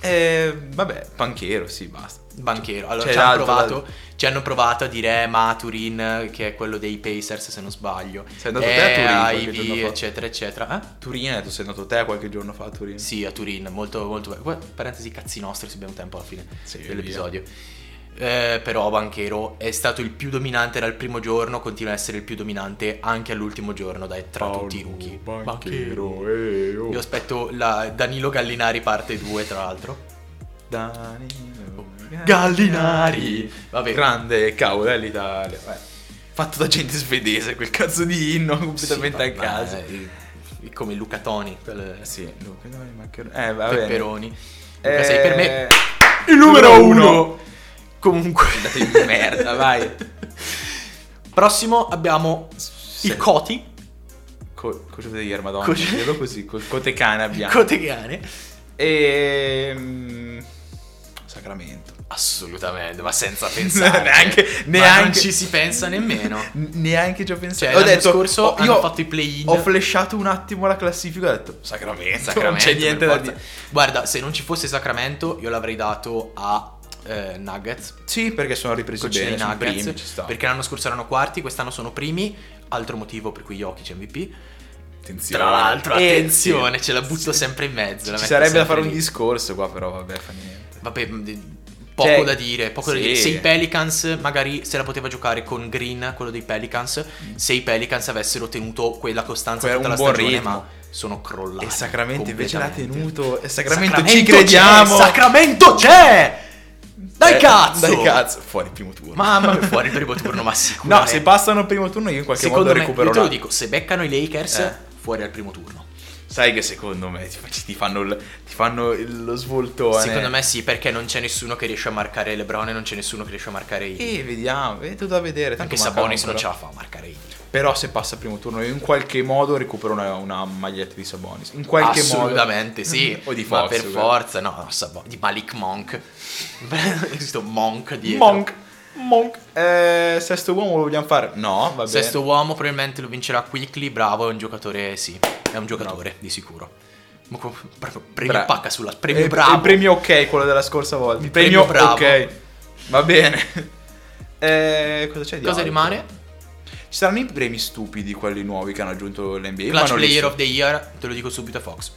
Speaker 1: Eh, vabbè, panchero, sì, basta.
Speaker 2: Banchero. Allora,
Speaker 1: C'è
Speaker 2: ci, hanno
Speaker 1: Cioè, l'altro,
Speaker 2: provato, ci hanno provato a dire eh, Maturin, che è quello dei Pacers, se non sbaglio.
Speaker 1: Sei andato
Speaker 2: Eh,
Speaker 1: te a Turin qualche
Speaker 2: Ivy,
Speaker 1: giorno fa?
Speaker 2: eccetera, eccetera. Eh?
Speaker 1: Turin, hai detto sei andato te qualche giorno fa a Turin.
Speaker 2: Sì, a Turin, molto, molto bello. Guarda, Parentesi, cazzi nostri, se abbiamo tempo alla fine
Speaker 1: Sì,
Speaker 2: dell'episodio. Eh, però Banchero è stato il più dominante dal primo giorno, continua a essere il più dominante anche all'ultimo giorno, dai, tra
Speaker 1: Paolo
Speaker 2: tutti i rookie.
Speaker 1: Banchero, eh, oh.
Speaker 2: Io aspetto la Danilo Gallinari parte 2, tra l'altro.
Speaker 1: Danilo
Speaker 2: Gallinari. Vabbè.
Speaker 1: Grande cavolo eh, dell'Italia. Fatto da gente svedese, quel cazzo di inno completamente
Speaker 2: Sì,
Speaker 1: a
Speaker 2: ma-
Speaker 1: caso.
Speaker 2: ma, eh, come Luca Toni, quel-
Speaker 1: Sì, Luca, no, i maccheroni. Eh, va bene.
Speaker 2: Pepperoni. Luca,
Speaker 1: Eh,
Speaker 2: sei per me
Speaker 1: il numero uno.
Speaker 2: Comunque,
Speaker 1: Andate in merda, vai.
Speaker 2: Prossimo abbiamo i
Speaker 1: Sì.
Speaker 2: Coti,
Speaker 1: Co- cosa devo dire, madonna?
Speaker 2: Co-
Speaker 1: Dirlo così, col cotecane
Speaker 2: i
Speaker 1: abbiamo.
Speaker 2: Cotegane.
Speaker 1: Ehm, Sacramento.
Speaker 2: Assolutamente, ma senza
Speaker 1: pensarci.
Speaker 2: neanche,
Speaker 1: Ma
Speaker 2: neanche
Speaker 1: non
Speaker 2: ci
Speaker 1: ci
Speaker 2: si pensa nemmeno.
Speaker 1: N- neanche ci ho pensato.
Speaker 2: Cioè,
Speaker 1: ho
Speaker 2: l'anno
Speaker 1: detto,
Speaker 2: scorso
Speaker 1: ho-
Speaker 2: hanno
Speaker 1: io
Speaker 2: fatto i play-in.
Speaker 1: Ho flashato un attimo la classifica e ho detto Sacramento, non c'è niente da dire.
Speaker 2: Guarda, se non ci fosse Sacramento, io l'avrei dato a eh, Nuggets.
Speaker 1: Sì, perché sono ripresi
Speaker 2: Coach dei
Speaker 1: bene, sono
Speaker 2: Nuggets,
Speaker 1: primi, ci sta.
Speaker 2: perché l'anno scorso erano quarti, quest'anno sono primi, altro motivo per cui Jokic è MVP.
Speaker 1: Attenzione.
Speaker 2: Tra l'altro,
Speaker 1: Eh,
Speaker 2: attenzione,
Speaker 1: sì.
Speaker 2: ce la butto sempre in mezzo. la
Speaker 1: Ci
Speaker 2: metto
Speaker 1: sarebbe da
Speaker 2: sempre
Speaker 1: fare un
Speaker 2: lì.
Speaker 1: discorso qua, però vabbè, fa niente.
Speaker 2: Vabbè, mh, di- poco
Speaker 1: Cioè,
Speaker 2: da dire, poco da
Speaker 1: sì.
Speaker 2: dire. Se i Pelicans magari se la poteva giocare con Green, quello dei Pelicans, se i Pelicans avessero tenuto quella costanza
Speaker 1: Que-
Speaker 2: tutta
Speaker 1: Mm. un
Speaker 2: la
Speaker 1: buon
Speaker 2: stagione,
Speaker 1: ritmo.
Speaker 2: ma sono crollati.
Speaker 1: E Sacramento invece l'ha
Speaker 2: completamente.
Speaker 1: tenuto. E Sacramento, ci
Speaker 2: Sacramento
Speaker 1: crediamo.
Speaker 2: c'è, Sacramento c'è! Dai
Speaker 1: Eh,
Speaker 2: cazzo!
Speaker 1: Dai cazzo! Fuori il primo turno.
Speaker 2: Mamma mia, fuori il primo turno, ma
Speaker 1: No,
Speaker 2: sicuramente.
Speaker 1: se passano il primo turno io in qualche
Speaker 2: Secondo
Speaker 1: modo
Speaker 2: me,
Speaker 1: recupero
Speaker 2: io te lo
Speaker 1: la-
Speaker 2: dico, se beccano i Lakers,
Speaker 1: Eh.
Speaker 2: fuori al primo turno.
Speaker 1: Sai che secondo me ti, fac- ti fanno, il- ti fanno il- lo svoltone.
Speaker 2: Secondo me sì, perché non c'è nessuno che riesce a marcare LeBron e non c'è nessuno che riesce a marcare i
Speaker 1: E vediamo, è tutto da vedere. tanto
Speaker 2: Anche
Speaker 1: manca
Speaker 2: Sabonis non
Speaker 1: ancora.
Speaker 2: ce la fa a marcare i
Speaker 1: Però se passa il primo turno io in qualche modo recupero una, una maglietta di Sabonis. In qualche
Speaker 2: Assolutamente
Speaker 1: modo. Mm-hmm.
Speaker 2: sì.
Speaker 1: o di
Speaker 2: Ma
Speaker 1: Fox.
Speaker 2: per
Speaker 1: quello.
Speaker 2: forza, no, Sabo- di Malik Monk. Esiste un Monk dietro.
Speaker 1: Monk. Monk. Eh, sesto uomo lo vogliamo fare? No, va bene.
Speaker 2: Sesto uomo probabilmente lo vincerà Quickly, bravo, è un giocatore, sì, è un giocatore di sicuro. Ma co- proprio premio
Speaker 1: Bra-
Speaker 2: pacca sulla premio
Speaker 1: Eh,
Speaker 2: bravo.
Speaker 1: Il premio ok, quello della scorsa volta.
Speaker 2: Il
Speaker 1: Il
Speaker 2: premio
Speaker 1: premio,
Speaker 2: bravo.
Speaker 1: ok. Va bene. Eh, cosa c'è di
Speaker 2: Cosa
Speaker 1: altro?
Speaker 2: rimane?
Speaker 1: Ci saranno i premi stupidi, quelli nuovi che hanno aggiunto l'NBA. ma
Speaker 2: Clutch
Speaker 1: non li
Speaker 2: Player
Speaker 1: so.
Speaker 2: of the Year, te lo dico subito a Fox,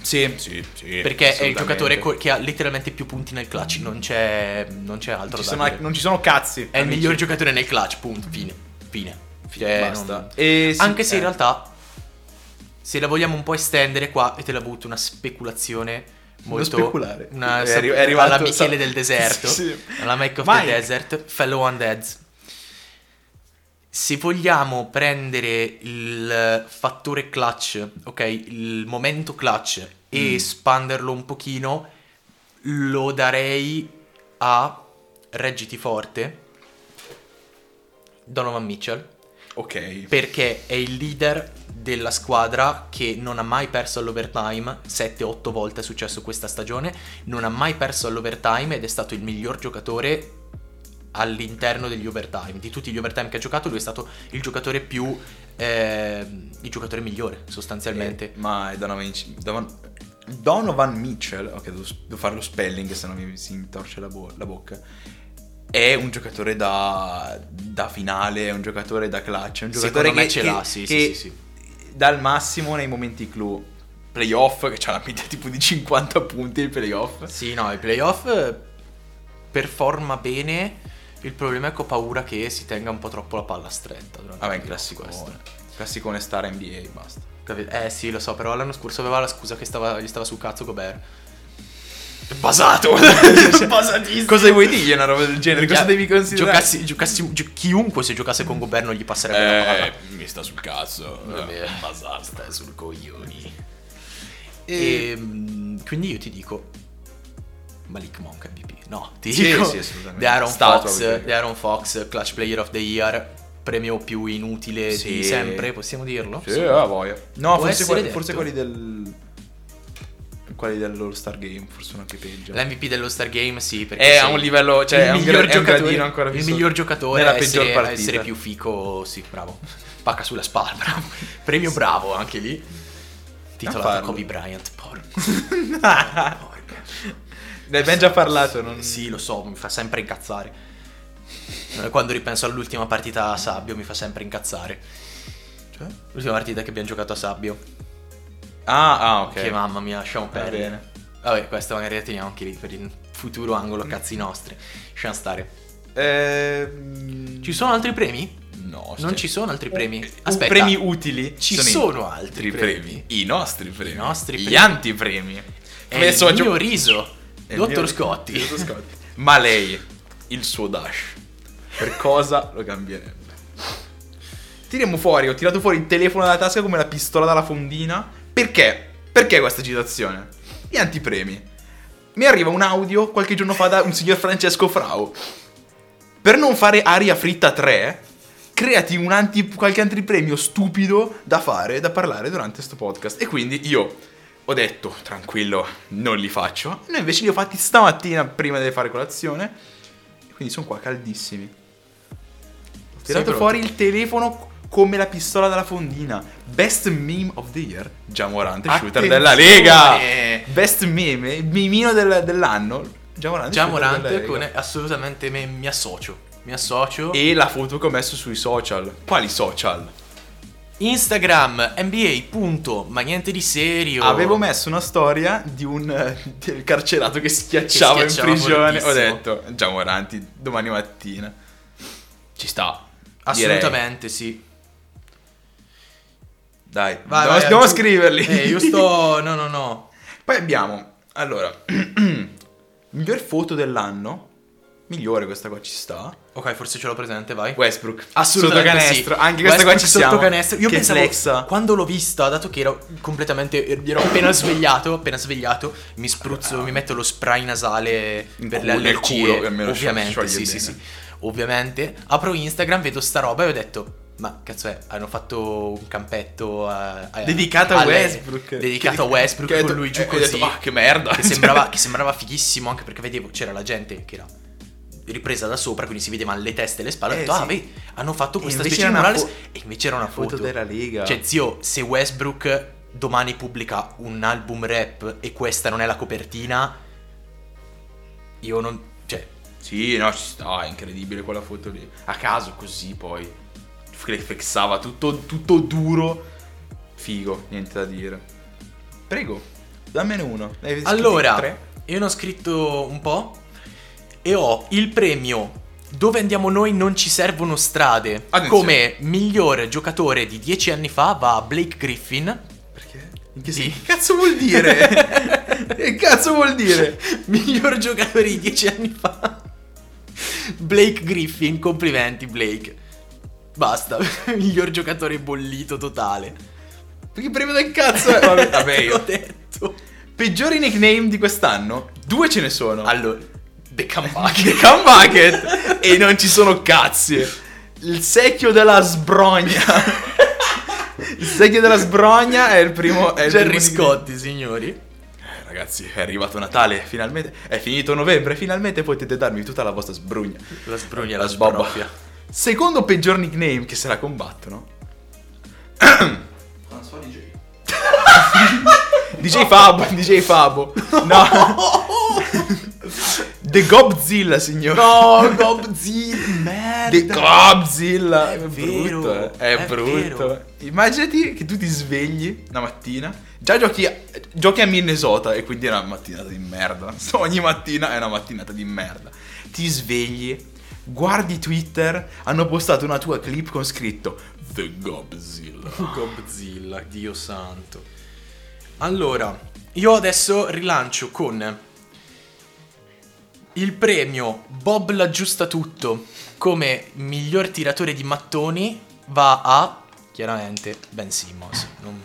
Speaker 1: Sì, sì, sì.
Speaker 2: perché è il
Speaker 1: assolutamente.
Speaker 2: giocatore co- che ha letteralmente più punti nel clutch, non c'è non c'è altro
Speaker 1: Ci
Speaker 2: da
Speaker 1: sono-
Speaker 2: dire.
Speaker 1: non ci sono cazzi.
Speaker 2: È il
Speaker 1: amici.
Speaker 2: miglior giocatore nel clutch, punto, fine. Fine. Cioè,
Speaker 1: Basta.
Speaker 2: non-
Speaker 1: E sì,
Speaker 2: Anche se in
Speaker 1: eh.
Speaker 2: realtà, se la vogliamo un po' estendere qua, e te la butto una speculazione
Speaker 1: Uno
Speaker 2: molto...
Speaker 1: speculare.
Speaker 2: Una,
Speaker 1: È arri- è
Speaker 2: alla
Speaker 1: arrivato-
Speaker 2: Michele
Speaker 1: sa-
Speaker 2: del deserto,
Speaker 1: Sì.
Speaker 2: alla Mike of the
Speaker 1: Mike.
Speaker 2: Desert, fellow undeads. Se vogliamo prendere il fattore clutch, ok, il momento clutch, e
Speaker 1: Mm.
Speaker 2: espanderlo un pochino, lo darei a Reggiti Forte, Donovan Mitchell
Speaker 1: Ok.
Speaker 2: perché è il leader della squadra che non ha mai perso all'overtime, 7-8 volte è successo questa stagione, non ha mai perso all'overtime ed è stato il miglior giocatore all'interno degli overtime. Di tutti gli overtime che ha giocato, lui è stato il giocatore più. eh, il giocatore migliore, sostanzialmente.
Speaker 1: Eh, ma è Donovan, Mitch- Donovan- Donovan Mitchell, ok, devo, devo fare lo spelling, sennò mi si intorce la, bo- la bocca. È un giocatore da, da finale, è un giocatore da clutch, è un giocatore
Speaker 2: Secondo me
Speaker 1: che,
Speaker 2: ce
Speaker 1: che-
Speaker 2: l'ha, sì, sì,
Speaker 1: che
Speaker 2: sì, sì.
Speaker 1: dà il massimo nei momenti clou. Playoff, che c'ha la media tipo di 50 punti il playoff.
Speaker 2: Sì, no, i playoff eh, performa bene. Il problema è che ho paura che si tenga un po' troppo la palla stretta. durante
Speaker 1: Vabbè,
Speaker 2: i
Speaker 1: in
Speaker 2: playoff
Speaker 1: classicone.
Speaker 2: questo.
Speaker 1: Classicone star NBA, basta.
Speaker 2: Capi- Eh sì, lo so, però l'anno scorso aveva la scusa che stava- gli stava sul cazzo Gobert. Basato! Basatissimo!
Speaker 1: Cosa vuoi dire una roba del genere? Cosa
Speaker 2: Minchia,
Speaker 1: devi considerare?
Speaker 2: giocassi- giocassi- gio- chiunque se giocasse con Gobert non gli passerebbe la palla.
Speaker 1: mi sta sul cazzo.
Speaker 2: Basata, stai sul coglioni. E, mm, quindi io ti dico Malik Monk MVP. No, ti
Speaker 1: Sì,
Speaker 2: dico
Speaker 1: sì, assolutamente.
Speaker 2: The Aaron
Speaker 1: Statua,
Speaker 2: Fox,
Speaker 1: voglio dire.
Speaker 2: The Aaron Fox Clutch Player of the Year, premio più inutile
Speaker 1: Sì.
Speaker 2: di sempre, possiamo dirlo?
Speaker 1: Sì, ha voglia. No,
Speaker 2: Può
Speaker 1: forse,
Speaker 2: essere
Speaker 1: quelli-
Speaker 2: detto.
Speaker 1: forse quelli del. Quelli dell'All Star Game, forse una che peggio.
Speaker 2: L'MVP dello Star Game, sì, perché
Speaker 1: È
Speaker 2: sei
Speaker 1: a un livello. Cioè,
Speaker 2: il
Speaker 1: è un gra-
Speaker 2: miglior
Speaker 1: è un
Speaker 2: giocatore,
Speaker 1: gradino ancora più
Speaker 2: il
Speaker 1: sotto.
Speaker 2: miglior giocatore
Speaker 1: Nella
Speaker 2: a essere,
Speaker 1: peggior
Speaker 2: a
Speaker 1: partita.
Speaker 2: essere più fico, sì, bravo. Pacca sulla spalla, bravo. Premio bravo anche lì. Titolato
Speaker 1: farlo.
Speaker 2: Kobe Bryant, porco. Porca.
Speaker 1: Ne abbiamo già parlato, non.
Speaker 2: Sì, lo so, mi fa sempre incazzare. Quando ripenso all'ultima partita a Sabbio mi fa sempre incazzare.
Speaker 1: Cioè?
Speaker 2: L'ultima partita che abbiamo giocato a Sabbio.
Speaker 1: Ah, ah, ok.
Speaker 2: Che mamma mia, lasciamo
Speaker 1: Va
Speaker 2: perdere.
Speaker 1: bene.
Speaker 2: Vabbè, questa magari la teniamo anche lì per il futuro angolo cazzi nostri. Lasciamo stare.
Speaker 1: Ehm,
Speaker 2: Ci sono altri premi?
Speaker 1: No,
Speaker 2: Non
Speaker 1: stia-
Speaker 2: ci sono altri premi.
Speaker 1: Eh,
Speaker 2: Aspetta.
Speaker 1: Premi utili.
Speaker 2: Ci
Speaker 1: i-
Speaker 2: sono altri premi.
Speaker 1: I nostri premi.
Speaker 2: I nostri
Speaker 1: Gli
Speaker 2: premi. Eh,
Speaker 1: antipremi.
Speaker 2: È
Speaker 1: Come so-
Speaker 2: il
Speaker 1: gio-
Speaker 2: mio riso.
Speaker 1: È il mio-
Speaker 2: Dottor Scotti.
Speaker 1: Dottor Scotti. Ma lei, il suo dash, per cosa lo cambierebbe? Tiriamo fuori, ho tirato fuori il telefono dalla tasca come la pistola dalla fondina. Perché? Perché questa citazione? Gli antipremi. Mi arriva un audio qualche giorno fa da un signor Francesco Frau. Per non fare aria fritta 3, creati un anti- qualche antipremio stupido da fare, da parlare durante sto podcast. E quindi io ho detto, tranquillo, non li faccio. Noi invece li ho fatti stamattina prima di fare colazione. E quindi sono qua caldissimi. Ho tirato
Speaker 2: pronto?
Speaker 1: fuori il telefono come la pistola dalla fondina. Best meme of the year. Giamorante shooter della Lega.
Speaker 2: Attenzione!
Speaker 1: Best meme, il mimino del- dell'anno. Giamorante.
Speaker 2: Già
Speaker 1: shooter della
Speaker 2: Morante
Speaker 1: Lega.
Speaker 2: Diciamo con assolutamente me, mi associo. Mi associo.
Speaker 1: E la foto che ho messo sui social. Quali social?
Speaker 2: Instagram NBA punto, ma niente di serio.
Speaker 1: Avevo messo una storia di un eh, del carcerato che schiacciava,
Speaker 2: Che schiacciava
Speaker 1: in prigione. Ho
Speaker 2: fortissimo.
Speaker 1: detto, già Moranti, domani mattina. Ci sta.
Speaker 2: Assolutamente sì.
Speaker 1: direi. Dai, dobbiamo
Speaker 2: Vai, vai,
Speaker 1: dobbiamo
Speaker 2: aggiu-
Speaker 1: scriverli.
Speaker 2: Eh, io sto. No, no, no.
Speaker 1: Poi abbiamo, allora, miglior foto dell'anno. Migliore questa qua ci sta.
Speaker 2: Ok, forse ce l'ho presente, vai.
Speaker 1: Westbrook.
Speaker 2: Assolutamente
Speaker 1: Sotto
Speaker 2: sì.
Speaker 1: canestro. Anche questa qua
Speaker 2: Westbrook
Speaker 1: ci siamo.
Speaker 2: sotto canestro. Io
Speaker 1: che
Speaker 2: pensavo
Speaker 1: flexa.
Speaker 2: quando l'ho vista, dato che ero completamente ero appena svegliato, appena svegliato, mi spruzzo, mi metto lo spray nasale
Speaker 1: In
Speaker 2: per
Speaker 1: culo,
Speaker 2: le
Speaker 1: nel culo,
Speaker 2: allergie,
Speaker 1: che almeno scioglie-
Speaker 2: ovviamente,
Speaker 1: scioglie
Speaker 2: sì, sì,
Speaker 1: bene.
Speaker 2: sì. Ovviamente, apro Instagram, vedo sta roba e ho detto ma cazzo è, hanno fatto un campetto a, a-
Speaker 1: Dedicato a
Speaker 2: alle-
Speaker 1: Westbrook.
Speaker 2: Dedicato a
Speaker 1: Che-
Speaker 2: Westbrook
Speaker 1: che ho
Speaker 2: con
Speaker 1: detto-
Speaker 2: lui
Speaker 1: eh,
Speaker 2: giù
Speaker 1: ho
Speaker 2: così.
Speaker 1: detto, "Ah, che merda."
Speaker 2: Che sembrava, che sembrava fighissimo anche perché vedevo c'era la gente che era ripresa da sopra, quindi si vedevano le teste e le spalle. ho
Speaker 1: Eh,
Speaker 2: detto,
Speaker 1: sì.
Speaker 2: ah, vedi, hanno fatto
Speaker 1: E
Speaker 2: questa
Speaker 1: invece
Speaker 2: specie di
Speaker 1: era una
Speaker 2: murales
Speaker 1: fo-
Speaker 2: e invece era una
Speaker 1: foto
Speaker 2: foto.
Speaker 1: della Lega.
Speaker 2: Cioè, zio, se Westbrook domani pubblica un album rap e questa non è la copertina, io non... Cioè,
Speaker 1: Sì, no, ci sta, è incredibile quella foto lì. A caso così poi. Fle- Flexava tutto, tutto duro. Figo, niente da dire. Prego, dammene uno. Ne avete scritti
Speaker 2: allora,
Speaker 1: tre?
Speaker 2: io ne ho scritto un po' e ho il premio Dove andiamo noi non ci servono strade.
Speaker 1: Attenzione.
Speaker 2: Come miglior giocatore di 10 anni fa va a Blake Griffin.
Speaker 1: Perché? In che
Speaker 2: Sì.
Speaker 1: sen- Che cazzo vuol dire? che cazzo vuol dire?
Speaker 2: miglior giocatore di 10 anni fa. Blake Griffin, complimenti Blake. Basta, miglior giocatore bollito totale.
Speaker 1: Che premio del cazzo è? Cioè, Vabbè, vabbè
Speaker 2: Te l'ho
Speaker 1: io.
Speaker 2: detto.
Speaker 1: Peggiori nickname di quest'anno? Due ce ne sono.
Speaker 2: Allora, The Comeback.
Speaker 1: The Bucket e non ci sono cazzi. Il secchio della sbrogna. Il secchio della sbrogna è il primo. È il
Speaker 2: Jerry
Speaker 1: primo
Speaker 2: Scotti, signori.
Speaker 1: nickname. ragazzi, è arrivato Natale, finalmente, è finito novembre, finalmente potete darmi tutta la vostra sbrugna.
Speaker 2: La sbrugna, la sbobba.
Speaker 1: Secondo peggior nickname che se la combattono.
Speaker 3: Non so DJ.
Speaker 1: DJ Fabo, DJ Fabo. No. The Gobzilla, signore.
Speaker 2: No, Gobzilla, merda.
Speaker 1: The Godzilla è,
Speaker 2: Eh, È vero,
Speaker 1: brutto, eh. è,
Speaker 2: è
Speaker 1: brutto.
Speaker 2: vero.
Speaker 1: Immaginati che tu ti svegli la mattina, già giochi a, giochi a Minnesota e quindi è una mattinata di merda. Ogni mattina è una mattinata di merda. Ti svegli, guardi Twitter, hanno postato una tua clip con scritto The Godzilla.
Speaker 2: Gobzilla, Dio santo. Allora, io adesso rilancio con il premio Bob l'aggiusta tutto come miglior tiratore di mattoni va a chiaramente Ben Simmons. Non...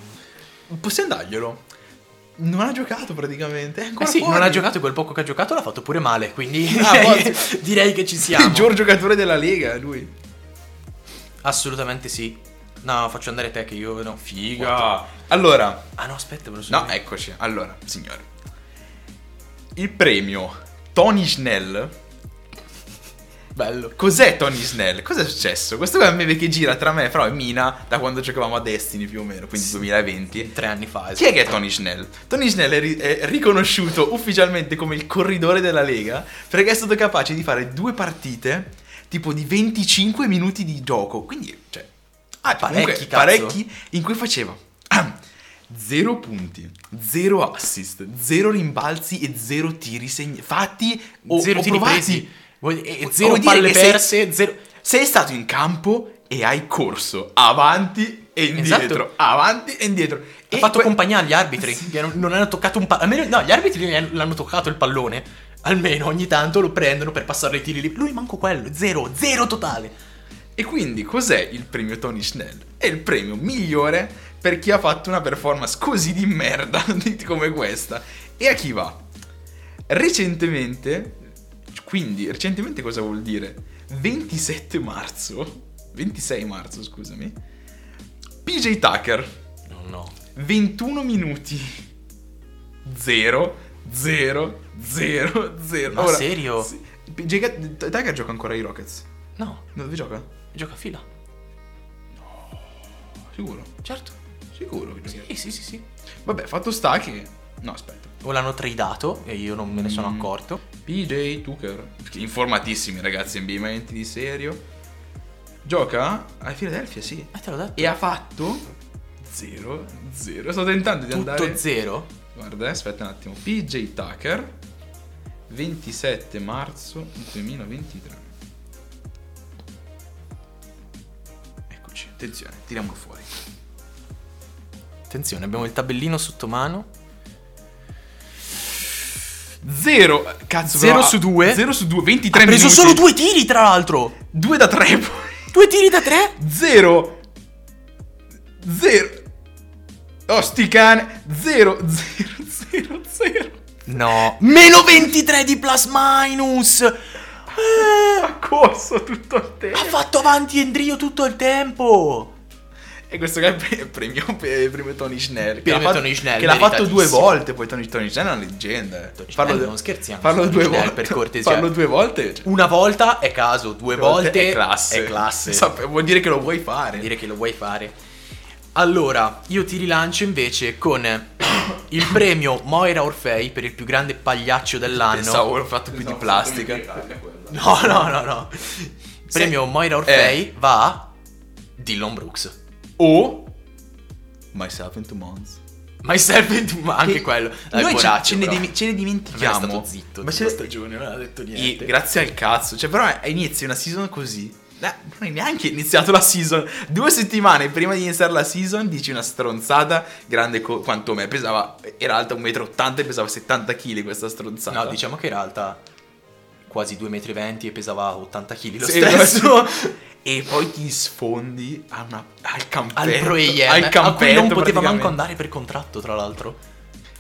Speaker 1: Possiamo darglielo? Non ha giocato praticamente. È
Speaker 2: Eh
Speaker 1: ancora
Speaker 2: sì,
Speaker 1: fuori.
Speaker 2: non ha giocato e quel poco che ha giocato l'ha fatto pure male, quindi
Speaker 1: Ah,
Speaker 2: direi,
Speaker 1: forse.
Speaker 2: direi che ci
Speaker 1: È
Speaker 2: siamo.
Speaker 1: il gior giocatore della Lega, lui.
Speaker 2: Assolutamente sì. No, faccio andare te che io no, figa.
Speaker 1: Quattro. Allora,
Speaker 2: Ah no, aspetta, ve lo so
Speaker 1: no, eh,
Speaker 2: dire.
Speaker 1: eccoci. Allora, signori. Il premio Tony Snell.
Speaker 2: bello.
Speaker 1: Cos'è Tony Snell? Cos'è successo? Questo qua è un meme che gira tra me, Fra e Mina da quando giocavamo a Destiny più o meno, quindi 2020.
Speaker 2: Tre anni fa.
Speaker 1: Chi è che è Tony Snell? Tony Snell è, ri- è riconosciuto ufficialmente come il corridore della Lega perché è stato capace di fare due partite tipo di 25 minuti di gioco. Quindi, cioè, ah,
Speaker 2: Parecchi,
Speaker 1: comunque,
Speaker 2: cazzo.
Speaker 1: parecchi in cui faceva 0 punti, 0 assist, 0 rimbalzi e 0 tiri segn- fatti o,
Speaker 2: zero
Speaker 1: o
Speaker 2: tiri
Speaker 1: provati.
Speaker 2: presi, vuol- e- e
Speaker 1: Vuol
Speaker 2: zero
Speaker 1: dire
Speaker 2: palle
Speaker 1: che sei-
Speaker 2: perse, zero...
Speaker 1: Sei stato in campo e hai corso avanti e indietro,
Speaker 2: Esatto.
Speaker 1: avanti e indietro.
Speaker 2: Ha
Speaker 1: E
Speaker 2: fatto
Speaker 1: que-
Speaker 2: compagnia agli arbitri, che non, non hanno toccato un pallone, almeno, no, gli arbitri gli hanno- l'hanno toccato il pallone, almeno ogni tanto lo prendono per passare i tiri lì, lui manco quello, zero, zero totale.
Speaker 1: E quindi cos'è il premio Tony Snell? È il premio migliore per chi ha fatto una performance così di merda come questa. E a chi va? Recentemente, quindi recentemente cosa vuol dire? 27 marzo, 26 marzo scusami, PJ Tucker,
Speaker 2: No, no.
Speaker 1: 21 minuti, 0, 0, 0, 0.
Speaker 2: Ma serio?
Speaker 1: PJ Tucker gioca ancora ai Rockets?
Speaker 2: No,
Speaker 1: No, Dove gioca?
Speaker 2: gioca a fila,
Speaker 1: Sicuro?
Speaker 2: certo.
Speaker 1: Sicuro che gioca.
Speaker 2: Sì, sì, sì, sì.
Speaker 1: Vabbè, fatto sta che. No, aspetta.
Speaker 2: O l'hanno tradato e io non me ne sono
Speaker 1: Mm.
Speaker 2: accorto.
Speaker 1: PJ Tucker. Perché Informatissimi, ragazzi, in bimenti di serio. Gioca a Philadelphia, sì.
Speaker 2: Eh, te l'ho detto.
Speaker 1: E ha fatto 0 0. Sto tentando di andare
Speaker 2: Tutto zero?
Speaker 1: Guarda, eh, aspetta un attimo. PJ Tucker 27 marzo 2023. Eccoci. Attenzione, tiriamolo fuori.
Speaker 2: Attenzione, abbiamo il tabellino sotto mano.
Speaker 1: 0 cazzo
Speaker 2: Zero su due.
Speaker 1: 0 su 2,
Speaker 2: Ha
Speaker 1: 23
Speaker 2: preso
Speaker 1: minuti.
Speaker 2: solo due tiri, tra l'altro.
Speaker 1: 2 da 3 poi.
Speaker 2: Due tiri da tre?
Speaker 1: Zero Zero Oh sti cane Zero Zero Zero Zero
Speaker 2: No. Meno 23 di plus minus. Eh,
Speaker 1: Ha corso tutto il
Speaker 2: ha
Speaker 1: tempo
Speaker 2: fatto avanti Endrio tutto il tempo.
Speaker 1: E questo qua è il premio, il premio Tony Schnell Che,
Speaker 2: Premio
Speaker 1: l'ha fatto-
Speaker 2: Tony Snell,
Speaker 1: che l'ha fatto due
Speaker 2: meritatissimo.
Speaker 1: volte Poi Tony, Tony Schnell è una leggenda eh.
Speaker 2: Tony Snell,
Speaker 1: Parlo de-
Speaker 2: non scherziamo
Speaker 1: Parlo
Speaker 2: su Tony
Speaker 1: due
Speaker 2: Snell,
Speaker 1: volte
Speaker 2: per cortesia.
Speaker 1: Parlo due volte cioè,
Speaker 2: Una volta è caso, due volte,
Speaker 1: è classe
Speaker 2: È classe.
Speaker 1: Sap- Vuol dire che lo vuoi fare
Speaker 2: Vuol dire che lo vuoi fare. Allora, io ti rilancio invece con il premio Moira Orfei per il più grande pagliaccio dell'anno.
Speaker 1: Pensavo l'ho fatto più di plastica
Speaker 2: No, no, no, no. Il premio Moira Orfei va a Dylan Brooks.
Speaker 1: O Myself into Mons
Speaker 2: Myself into Ma anche
Speaker 1: Che-
Speaker 2: quello. Dai,
Speaker 1: Noi ce,
Speaker 2: poraccio,
Speaker 1: ce ne
Speaker 2: però.
Speaker 1: dimi- ce ne dimentichiamo.
Speaker 2: Non è stato zitto
Speaker 1: Ma
Speaker 2: tutta
Speaker 1: ce-
Speaker 2: stagione, non ha detto
Speaker 1: I-
Speaker 2: niente.
Speaker 1: grazie al cazzo. Cioè, però inizi una season così. Eh, non è neanche iniziato la season. Due settimane prima di iniziare la season dici una stronzata grande co- quanto me. Pesava, era alta 1,80 m e pesava 70 kg questa stronzata.
Speaker 2: No, diciamo che in realtà quasi 2,20 m e pesava 80 kg lo
Speaker 1: Sì,
Speaker 2: stesso.
Speaker 1: lo- E poi ti sfondi a una- al
Speaker 2: Al
Speaker 1: campetto.
Speaker 2: Pro AM,
Speaker 1: al
Speaker 2: a
Speaker 1: campetto
Speaker 2: cui non poteva manco
Speaker 1: praticamente.
Speaker 2: andare per contratto, tra l'altro.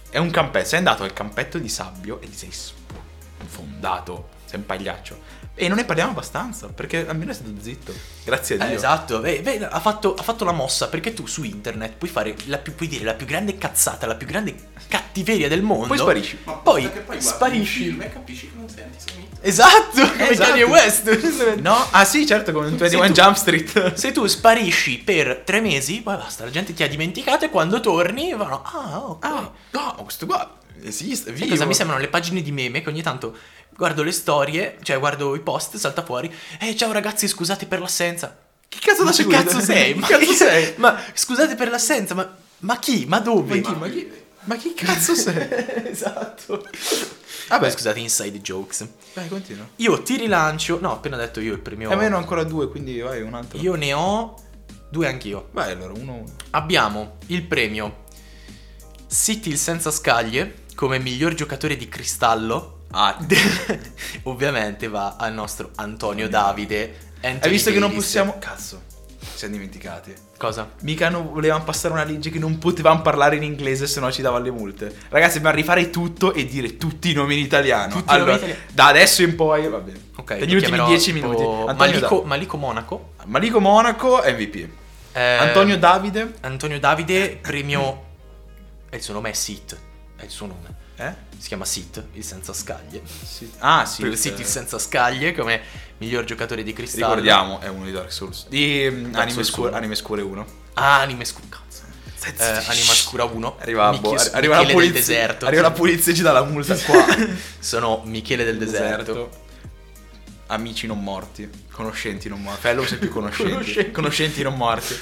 Speaker 1: È un campetto. Sei andato al campetto di sabbio e ti sei sfondato. Sei un pagliaccio. E non ne parliamo abbastanza, perché almeno è stato zitto. Grazie a
Speaker 2: Eh,
Speaker 1: Dio.
Speaker 2: esatto, Beh, beh, ha, fatto, ha fatto la mossa perché tu su internet puoi fare la più, puoi dire la più grande cazzata, la più grande cattiveria del mondo.
Speaker 1: Poi sparisci.
Speaker 3: Ma
Speaker 2: Poi
Speaker 3: basta che guardi
Speaker 2: sparisci.
Speaker 3: il film e capisci che non sei antisemita.
Speaker 2: Esatto, come
Speaker 1: Esatto.
Speaker 2: Kanye West.
Speaker 1: No? Ah sì, certo, come in 21
Speaker 2: tu-
Speaker 1: Jump Street.
Speaker 2: Se tu sparisci per tre mesi, poi basta, la gente ti ha dimenticato e quando torni vanno, ah, ok.
Speaker 1: Ah, no, ma questo qua esiste,
Speaker 2: Sai
Speaker 1: vivo.
Speaker 2: cosa mi sembrano le pagine di meme che ogni tanto guardo le storie, cioè guardo i post, salta fuori, eh ciao ragazzi scusate per l'assenza.
Speaker 1: Che cazzo da
Speaker 2: Ma che
Speaker 1: seguire?
Speaker 2: cazzo sei?
Speaker 1: Che
Speaker 2: Ma,
Speaker 1: cazzo sei?
Speaker 2: ma scusate per l'assenza, ma, ma chi? Ma dove?
Speaker 1: Ma chi, ma chi, ma chi cazzo sei?
Speaker 2: esatto. Vabbè,
Speaker 1: Vabbè.
Speaker 2: scusate, inside jokes.
Speaker 1: Vai, continua.
Speaker 2: Io ti rilancio. No, ho appena detto io il premio.
Speaker 1: E me ne ho ancora due, quindi vai, un altro.
Speaker 2: Io ne ho due anch'io.
Speaker 1: Vai allora, uno uno.
Speaker 2: Abbiamo il premio City il senza scaglie come miglior giocatore di cristallo.
Speaker 1: Ah,
Speaker 2: Ovviamente va al nostro Antonio Davide.
Speaker 1: hai
Speaker 2: Anthony
Speaker 1: visto che non
Speaker 2: Davis.
Speaker 1: possiamo... Cazzo, ci siamo dimenticati.
Speaker 2: Cosa?
Speaker 1: Mica non volevamo passare una legge che non potevamo parlare in inglese, se no ci dava le multe. Ragazzi, dobbiamo rifare tutto e dire tutti i nomi in italiano.
Speaker 2: Tutti i
Speaker 1: allora,
Speaker 2: nomi in italiano.
Speaker 1: da adesso in poi, va bene.
Speaker 2: Ok,
Speaker 1: Per
Speaker 2: lo
Speaker 1: gli ultimi
Speaker 2: chiamerò
Speaker 1: 10
Speaker 2: tipo
Speaker 1: minuti. Antonio
Speaker 2: Malico,
Speaker 1: Da-
Speaker 2: Malico Monaco.
Speaker 1: Malico Monaco, MVP.
Speaker 2: Eh,
Speaker 1: Antonio Davide.
Speaker 2: Antonio Davide, premio. e il suo nome è Sit. È il suo nome.
Speaker 1: Eh?
Speaker 2: Si chiama Sit, il senza scaglie.
Speaker 1: Sì. Ah, sì.
Speaker 2: Premio
Speaker 1: eh,
Speaker 2: Sit, il senza scaglie, come miglior giocatore di cristallo.
Speaker 1: Ricordiamo, è uno di Dark Souls. Di mm,
Speaker 2: Dark
Speaker 1: anime,
Speaker 2: Souls
Speaker 1: Scu-
Speaker 2: uno.
Speaker 1: Anime Scuole 1.
Speaker 2: Ah, anime scura. Cazzo. Eh, Anima Scura 1.
Speaker 1: Arriva,
Speaker 2: Michi-
Speaker 1: boh, arriva la
Speaker 2: Michele del
Speaker 1: polizia.
Speaker 2: deserto.
Speaker 1: Arriva la polizia e ci dà la multa qua.
Speaker 2: Sono Michele del deserto.
Speaker 1: Amici non morti. Conoscenti non morti. Fellow sempre conoscenti.
Speaker 2: Conoscenti.
Speaker 1: conoscenti. non morti.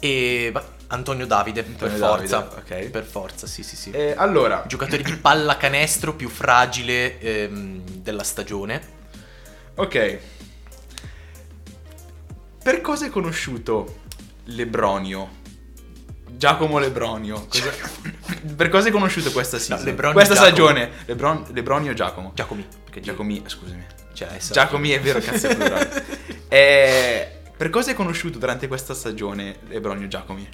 Speaker 2: E va- Antonio Davide, per
Speaker 1: Antonio
Speaker 2: forza.
Speaker 1: Davide, ok.
Speaker 2: Per forza, sì, sì, sì.
Speaker 1: Eh, allora,
Speaker 2: Giocatore di pallacanestro più fragile ehm, della stagione.
Speaker 1: ok. Per cosa è conosciuto Lebronio? Giacomo Lebronio. Cosa- per cosa è conosciuto questa season?
Speaker 2: Lebronio
Speaker 1: questa
Speaker 2: Giacomo.
Speaker 1: stagione. Lebron- Lebronio Giacomo.
Speaker 2: Giacomi. Perché
Speaker 1: Giacomi, scusami.
Speaker 2: Cioè, esatto.
Speaker 1: Giacomi è vero, cazzo è plurale. Eh, per cosa è conosciuto durante questa stagione Lebronio Giacomi?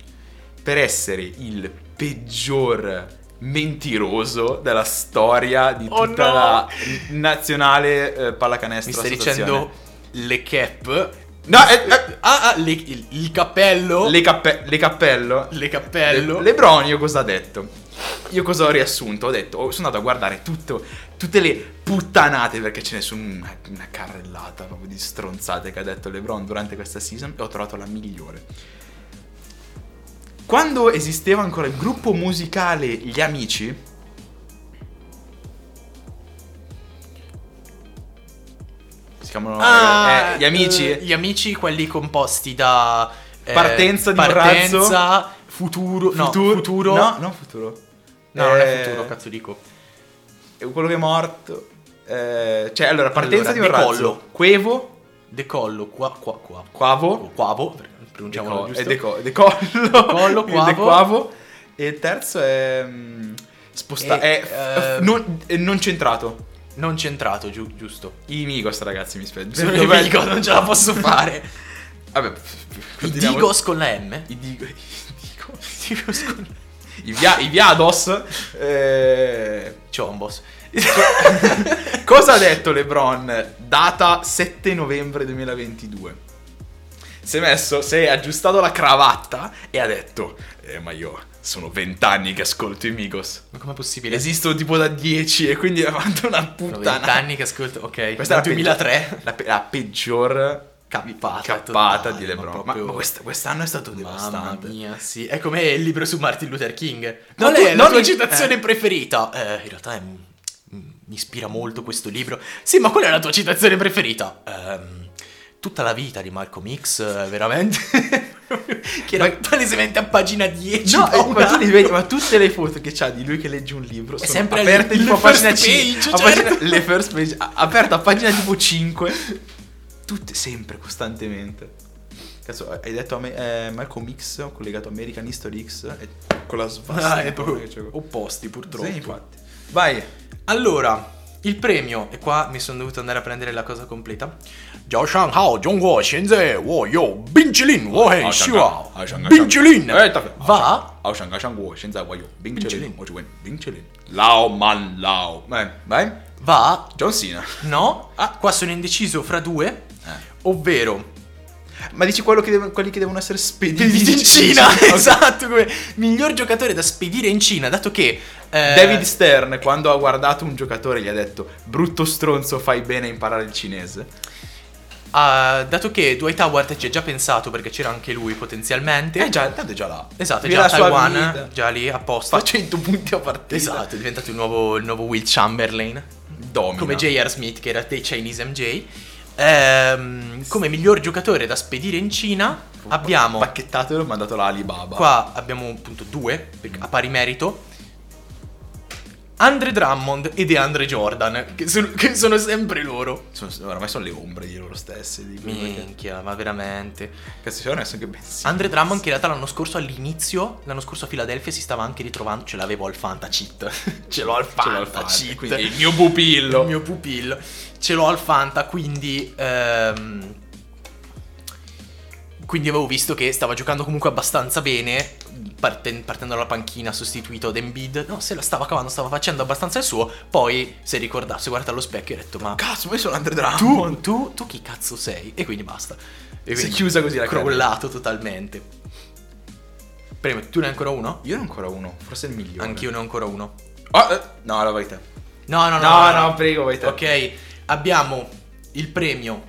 Speaker 1: Per essere il peggior mentiroso della storia di
Speaker 2: Oh
Speaker 1: tutta
Speaker 2: no!
Speaker 1: la nazionale eh, pallacanestro
Speaker 2: Mi stai
Speaker 1: associazione.
Speaker 2: dicendo le cap?
Speaker 1: No, eh, eh,
Speaker 2: Ah, ah, le- il, il cappello.
Speaker 1: le, cappe- le cappello
Speaker 2: Le cappello.
Speaker 1: Le- Lebronio cosa ha detto? Io cosa ho riassunto? Ho detto, ho- sono andato a guardare tutto- tutte le puttanate, perché ce ne sono una, una carrellata proprio di stronzate che ha detto Lebron durante questa season e ho trovato la migliore. Quando esisteva ancora il gruppo musicale Gli Amici, si chiamano
Speaker 2: Ah,
Speaker 1: eh, Gli Amici,
Speaker 2: eh, gli amici, quelli composti da. eh,
Speaker 1: Partenza di un
Speaker 2: partenza, futuro. No, futuro.
Speaker 1: no, no, futuro.
Speaker 2: No, non è
Speaker 1: Eh,
Speaker 2: futuro, cazzo dico.
Speaker 1: E quello che è morto. eh, cioè, allora, partenza di
Speaker 2: Allora,
Speaker 1: un
Speaker 2: decollo.
Speaker 1: razzo. Quevo,
Speaker 2: Decollo, qua, qua, qua.
Speaker 1: quavo,
Speaker 2: Quavo, pronunciamolo
Speaker 1: deco-
Speaker 2: Oh, giusto.
Speaker 1: e deco- decollo.
Speaker 2: Decollo,
Speaker 1: il
Speaker 2: quavo.
Speaker 1: dequavo, E il terzo è... mm, Sposta-
Speaker 2: E,
Speaker 1: è
Speaker 2: eh,
Speaker 1: f- non, è non centrato.
Speaker 2: Non centrato, giu- giusto.
Speaker 1: I Migos, ragazzi, mi spiace.
Speaker 2: Sono
Speaker 1: Dov'è-
Speaker 2: dico, non ce la posso fare.
Speaker 1: Vabbè,
Speaker 2: I
Speaker 1: continuiamo.
Speaker 2: Digos con la M.
Speaker 1: I Digo. I Digo.
Speaker 2: I Digos con la M.
Speaker 1: I, via- i Viados. eh,
Speaker 2: Ciombos.
Speaker 1: Cosa ha detto LeBron data 7 novembre 2022? Si è messo, si è aggiustato la cravatta e ha detto: Eh, ma io sono vent'anni che ascolto i Migos.
Speaker 2: Ma com'è possibile?
Speaker 1: Esisto tipo da 10 e quindi ha fatto una
Speaker 2: Sono
Speaker 1: puttana.
Speaker 2: 20 che ascolto, ok.
Speaker 1: Questa è
Speaker 2: Dal
Speaker 1: la
Speaker 2: 2003.
Speaker 1: peggior- la, pe- la peggior
Speaker 2: Cappata
Speaker 1: cappata
Speaker 2: totale,
Speaker 1: di
Speaker 2: ma
Speaker 1: LeBron. Ma,
Speaker 2: proprio-
Speaker 1: ma questa- quest'anno è stato
Speaker 2: Mamma
Speaker 1: devastante.
Speaker 2: mia, sì. È come il libro su Martin Luther King.
Speaker 1: Ma
Speaker 2: Qual
Speaker 1: tu-
Speaker 2: è la
Speaker 1: non
Speaker 2: tua
Speaker 1: il-
Speaker 2: citazione
Speaker 1: eh.
Speaker 2: preferita? Eh, in realtà è- mi ispira molto questo libro. Sì, ma qual è la tua citazione preferita? Ehm, tutta la vita di Malcolm X, eh, veramente. che era palesemente a pagina 10.
Speaker 1: No,
Speaker 2: da
Speaker 1: eh,
Speaker 2: un
Speaker 1: ma tu li
Speaker 2: anno.
Speaker 1: vedi, ma tutte le foto che c'ha di lui che legge un libro sono
Speaker 2: sempre
Speaker 1: aperte
Speaker 2: le-
Speaker 1: tipo a
Speaker 2: le first
Speaker 1: pagina 5.
Speaker 2: page,
Speaker 1: a pagina-
Speaker 2: certo.
Speaker 1: le first page, a- aperta a pagina tipo 5. Tutte sempre, costantemente. Cazzo, hai detto a me, eh, Malcolm X, ho collegato American History X e con la svastica.
Speaker 2: Ah, è proprio
Speaker 1: che c'è- Oh,
Speaker 2: opposti,
Speaker 1: Sì,
Speaker 2: purtroppo.
Speaker 1: infatti. Vai.
Speaker 2: Allora, il premio, e qua mi sono dovuto andare a prendere la cosa completa. Jiao Shanghao, Zhongguo, Shenzhen, Wo Yo, Bincilin,
Speaker 1: Oh,
Speaker 2: Wo
Speaker 1: Eh,
Speaker 2: Hei,
Speaker 1: Ah,
Speaker 2: Xiao, Bincilin, va
Speaker 1: Ao Shang Guo, Shenza Wai Yu, Bing
Speaker 2: Bing Chilin.
Speaker 1: Chilin, Lao Man Lao. Vai, vai.
Speaker 2: va
Speaker 1: John Cena.
Speaker 2: No, ah, qua sono indeciso fra due,
Speaker 1: Eh.
Speaker 2: ovvero
Speaker 1: Ma dici quello che devo- quelli che devono essere spediti
Speaker 2: David in Cina, esatto, come miglior giocatore da spedire in Cina, dato che eh,
Speaker 1: David Stern, quando ha guardato un giocatore, gli ha detto: Brutto stronzo, fai bene a imparare il cinese.
Speaker 2: ah, dato che Dwight Howard ci ha già pensato perché c'era anche lui potenzialmente.
Speaker 1: E Eh, già, tanto è già là.
Speaker 2: Eh, Esatto, è
Speaker 1: Vive
Speaker 2: già a
Speaker 1: la sua
Speaker 2: Taiwan,
Speaker 1: vita.
Speaker 2: già lì apposta.
Speaker 1: Fa 100 punti a partita.
Speaker 2: Esatto, è diventato il nuovo, il nuovo Will Chamberlain.
Speaker 1: Domina.
Speaker 2: Come J.R. Smith, che era dei Chinese MJ. Ehm, come miglior giocatore da spedire in Cina abbiamo...
Speaker 1: Pacchettato e l'ho mandato là a Alibaba.
Speaker 2: Qua abbiamo appunto due perché- a pari merito. Andre Drummond e DeAndre Jordan, che sono, che sono sempre loro.
Speaker 1: Sono- oramai sono le ombre di loro stesse. Di quello che-
Speaker 2: Minchia, ma veramente.
Speaker 1: Cazzo, sono adesso che pensi.
Speaker 2: Andre Drummond che in realtà l'anno scorso all'inizio, l'anno scorso a Filadelfia si stava anche ritrovando, ce l'avevo al Fantacheat. ce l'ho al
Speaker 1: Ce l'ho al
Speaker 2: Fantacheat.
Speaker 1: fatto. Quindi è il mio pupillo.
Speaker 2: Il mio pupillo. Ce l'ho al Fanta, quindi... ehm, quindi avevo visto che stava giocando comunque abbastanza bene, parten- partendo dalla panchina, sostituito ad Embiid. No, se la stava cavando, stava facendo abbastanza il suo. Poi si è ricordato, si è guardato allo specchio e ha detto, ma...
Speaker 1: Cazzo, ma io sono Andre Drummond.
Speaker 2: Tu, tu, tu chi cazzo sei? E quindi basta. E
Speaker 1: Si è
Speaker 2: quindi
Speaker 1: chiusa così la
Speaker 2: Crollato totalmente. Prima, tu ne hai ancora uno?
Speaker 1: Io ne ho ancora uno, forse il migliore.
Speaker 2: Anch'io ne ho ancora uno.
Speaker 1: Ah, eh, no, allora vai te.
Speaker 2: No, no, no.
Speaker 1: No, no, prego, vai te.
Speaker 2: Ok, abbiamo il premio.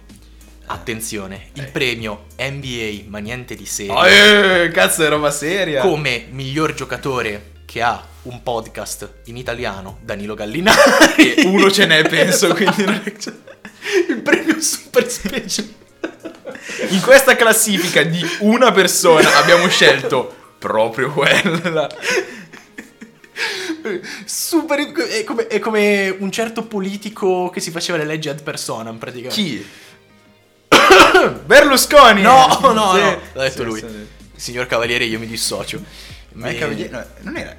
Speaker 2: Attenzione, il
Speaker 1: Eh.
Speaker 2: premio NBA, ma niente di serio.
Speaker 1: Ah, eh, cazzo, è roba seria.
Speaker 2: Come miglior giocatore che ha un podcast in italiano, Danilo Gallinari.
Speaker 1: E uno ce n'è, penso, quindi non è-
Speaker 2: il premio super special.
Speaker 1: In questa classifica di una persona abbiamo scelto proprio quella.
Speaker 2: Super è come, è come un certo politico che si faceva le leggi ad personam praticamente.
Speaker 1: Chi? Berlusconi!
Speaker 2: No, no, no,
Speaker 1: Eh, Sì.
Speaker 2: l'ha detto
Speaker 1: Sì,
Speaker 2: lui.
Speaker 1: sì.
Speaker 2: Signor Cavaliere, io mi dissocio.
Speaker 1: Ma è
Speaker 2: Eh,
Speaker 1: cavaliere... no, non era...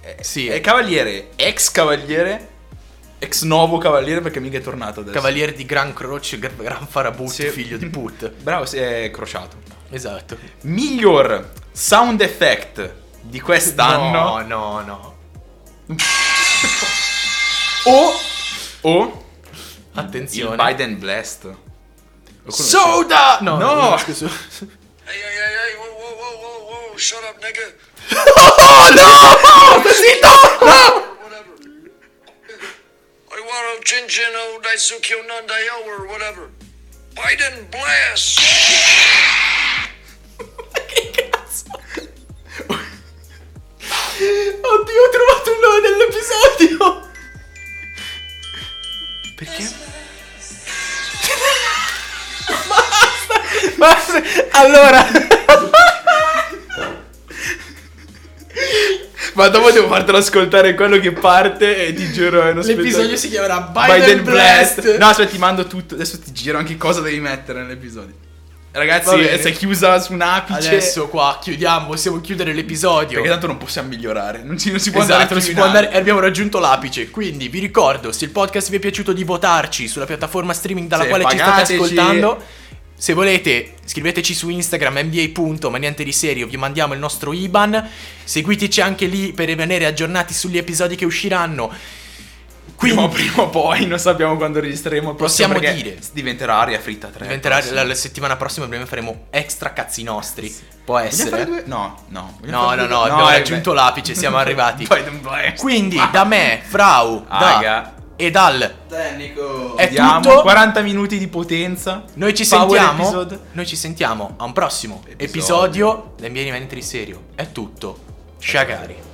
Speaker 1: È,
Speaker 2: Sì.
Speaker 1: È cavaliere, ex cavaliere, ex novo cavaliere perché mica è tornato adesso.
Speaker 2: Cavaliere di Gran Croce, gr- Gran Farabut,
Speaker 1: Sì.
Speaker 2: figlio di Put.
Speaker 1: Bravo, si è crociato.
Speaker 2: Esatto.
Speaker 1: Miglior sound effect di quest'anno
Speaker 2: No, no, no.
Speaker 1: o, o il
Speaker 2: Attenzione.
Speaker 1: Biden Blast.
Speaker 2: Soda! No,
Speaker 1: No!
Speaker 2: no, scusa.
Speaker 4: Hey, hey, hey, hey, whoa, whoa, whoa, whoa, whoa, shut up, nigga. Whatever. I want to chin chin o daisuke nandai or whatever. Biden blast.
Speaker 2: Oddio, ho trovato il nome dell'episodio. Perché? Basta. Basta. Allora,
Speaker 1: Ma dopo devo fartelo ascoltare quello che parte e ti giro è uno spettacolo.
Speaker 2: l'episodio si chiamerà Biden, Blast.
Speaker 1: No, aspetta, ti mando tutto. Adesso ti giro anche cosa devi mettere nell'episodio.
Speaker 2: Va
Speaker 1: Ragazzi,
Speaker 2: bene.
Speaker 1: si è chiusa su un apice.
Speaker 2: Adesso qua chiudiamo, possiamo chiudere l'episodio.
Speaker 1: Perché tanto non possiamo migliorare. Non, ci- non si può andare
Speaker 2: Esatto, non
Speaker 1: più
Speaker 2: si
Speaker 1: in
Speaker 2: può
Speaker 1: alto.
Speaker 2: andare- abbiamo raggiunto l'apice. Quindi vi ricordo, se il podcast vi è piaciuto di votarci sulla piattaforma streaming dalla
Speaker 1: Sì,
Speaker 2: quale ci
Speaker 1: pagateci.
Speaker 2: state ascoltando. Se volete, scriveteci su Instagram nba. ma niente di serio, vi mandiamo il nostro IBAN. Seguiteci anche lì per rimanere aggiornati sugli episodi che usciranno.
Speaker 1: Prima,
Speaker 2: Quindi
Speaker 1: prima o poi, non sappiamo quando registreremo. il prossimo,
Speaker 2: Possiamo
Speaker 1: perché
Speaker 2: dire.
Speaker 1: Diventerà aria fritta 3.
Speaker 2: diventerà la, la settimana prossima prima faremo extra cazzi nostri. Può
Speaker 1: Vogliamo
Speaker 2: essere.
Speaker 1: fare due- No, no. vogliamo
Speaker 2: No,
Speaker 1: fare
Speaker 2: no,
Speaker 1: due-
Speaker 2: no, abbiamo
Speaker 1: eh,
Speaker 2: raggiunto
Speaker 1: beh.
Speaker 2: l'apice, siamo arrivati.
Speaker 1: Biden Blast.
Speaker 2: Quindi da me, Frau, da
Speaker 1: Ah. Aga.
Speaker 2: e dal
Speaker 3: Tecnico.
Speaker 2: è
Speaker 1: Abbiamo
Speaker 2: tutto.
Speaker 1: 40 minuti di potenza.
Speaker 2: Noi ci
Speaker 1: Power
Speaker 2: sentiamo.
Speaker 1: episode.
Speaker 2: Noi ci sentiamo a un prossimo
Speaker 1: Episodio.
Speaker 2: episodio. episodio. L'NBA rimane serio. È tutto. Shagari.